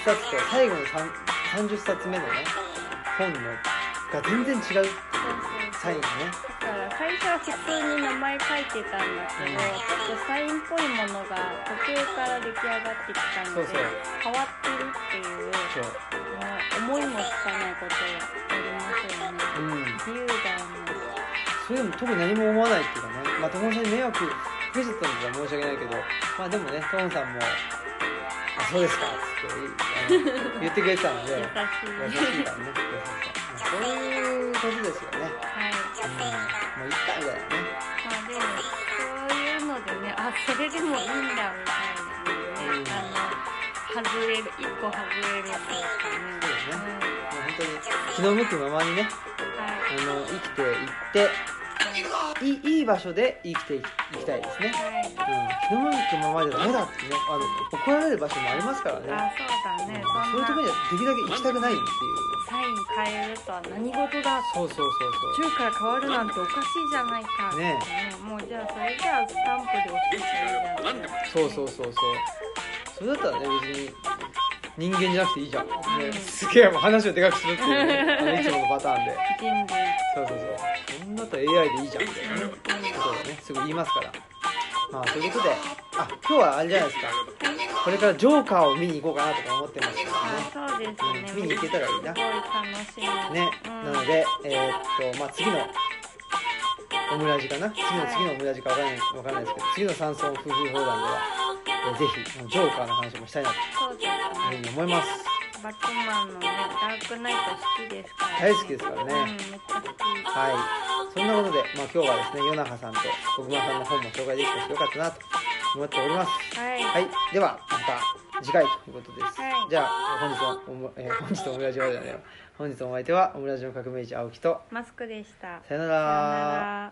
[SPEAKER 1] 冊と最後の3 30冊目のね本のが全然違うっていうサインがね
[SPEAKER 2] だから最初は普通に名前書いてたんだけど、ちょっとサインっぽいものが途中から出来上がってきたので
[SPEAKER 1] そうそう
[SPEAKER 2] 変わってるっていう
[SPEAKER 1] そう
[SPEAKER 2] もう思いもつかないことをやりますよね
[SPEAKER 1] うん
[SPEAKER 2] 自由だよね
[SPEAKER 1] それでも特に何も思わないっていうかねまあ友さんに迷惑かけちゃったんだったら申し訳ないけどまあでもねトモさんも「あそうですか」っつってあ の言ってくれてたので。優
[SPEAKER 2] 優
[SPEAKER 1] し
[SPEAKER 2] し
[SPEAKER 1] い
[SPEAKER 2] い
[SPEAKER 1] からね優しさ、まあ、そういうことですよね、
[SPEAKER 2] はい
[SPEAKER 1] うん、もういっかみたいなね
[SPEAKER 2] まあでもそういうのでねあそれでもいいんだみたいな
[SPEAKER 1] う
[SPEAKER 2] の
[SPEAKER 1] ん
[SPEAKER 2] ね、あの外れる一個外れるっていうか
[SPEAKER 1] そうですね
[SPEAKER 2] ね
[SPEAKER 1] もう本当に気の向くままにね
[SPEAKER 2] うんは
[SPEAKER 1] あ
[SPEAKER 2] い
[SPEAKER 1] の生きていっていいいい場所で生きていきいきたいですね、
[SPEAKER 2] はい
[SPEAKER 1] うん、気の向くままじゃダメだってねあの怒られる場所もありますからね
[SPEAKER 2] あそうだ
[SPEAKER 1] う
[SPEAKER 2] ね
[SPEAKER 1] んそういうとこ
[SPEAKER 2] そん
[SPEAKER 1] ろに
[SPEAKER 2] な
[SPEAKER 1] はできるだけ行きたくないっていう
[SPEAKER 2] サイン変えるとは何事だ
[SPEAKER 1] そうそうそうそ
[SPEAKER 2] 中から変わるなんておかしいじゃないか
[SPEAKER 1] ね
[SPEAKER 2] もうじゃあそれじゃあスタンプで押していいじゃん
[SPEAKER 1] うそうそうそうそうそれだったらね別に人間じゃなくていいじゃん、ね
[SPEAKER 2] うん
[SPEAKER 1] すげえもう話をでかくするっていう、ね、あのいつものパターンで
[SPEAKER 2] 人類
[SPEAKER 1] そうそうそうそんなと AI でいいじゃんみたいなことをねすぐ言いますからまあそういうことであ今日はあれじゃないですかこれからジョーカーを見に行こうかなとか思ってますけ
[SPEAKER 2] あ
[SPEAKER 1] ど
[SPEAKER 2] そうですね
[SPEAKER 1] 見に行けたらいいな
[SPEAKER 2] すごい楽しみ
[SPEAKER 1] ねね、
[SPEAKER 2] うん
[SPEAKER 1] なのでえーっとまあ次のオムラジかな次の次のオムラジかわからないわからないですけど次の山村夫婦砲弾では、えーぜひジョーカーの話もしたいなと
[SPEAKER 2] そうです
[SPEAKER 1] い
[SPEAKER 2] ね
[SPEAKER 1] うふうに思います
[SPEAKER 2] バットマンのねダークナイト好きですから、
[SPEAKER 1] 大好きですからね
[SPEAKER 2] うんめっちゃ好き
[SPEAKER 1] はいそんなことで、まあ、今日はですね与那覇さんと小熊さんの本も紹介できたしよかったなと思っております
[SPEAKER 2] はい、
[SPEAKER 1] はい、ではまた次回ということです。
[SPEAKER 2] はい
[SPEAKER 1] じゃあ本日のおも、えー本日のオムラジオじゃないよ。本日のお相手はオムラジオ革命児青木と
[SPEAKER 2] マスクでした
[SPEAKER 1] さよな
[SPEAKER 2] さよ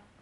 [SPEAKER 1] ら
[SPEAKER 2] な。ら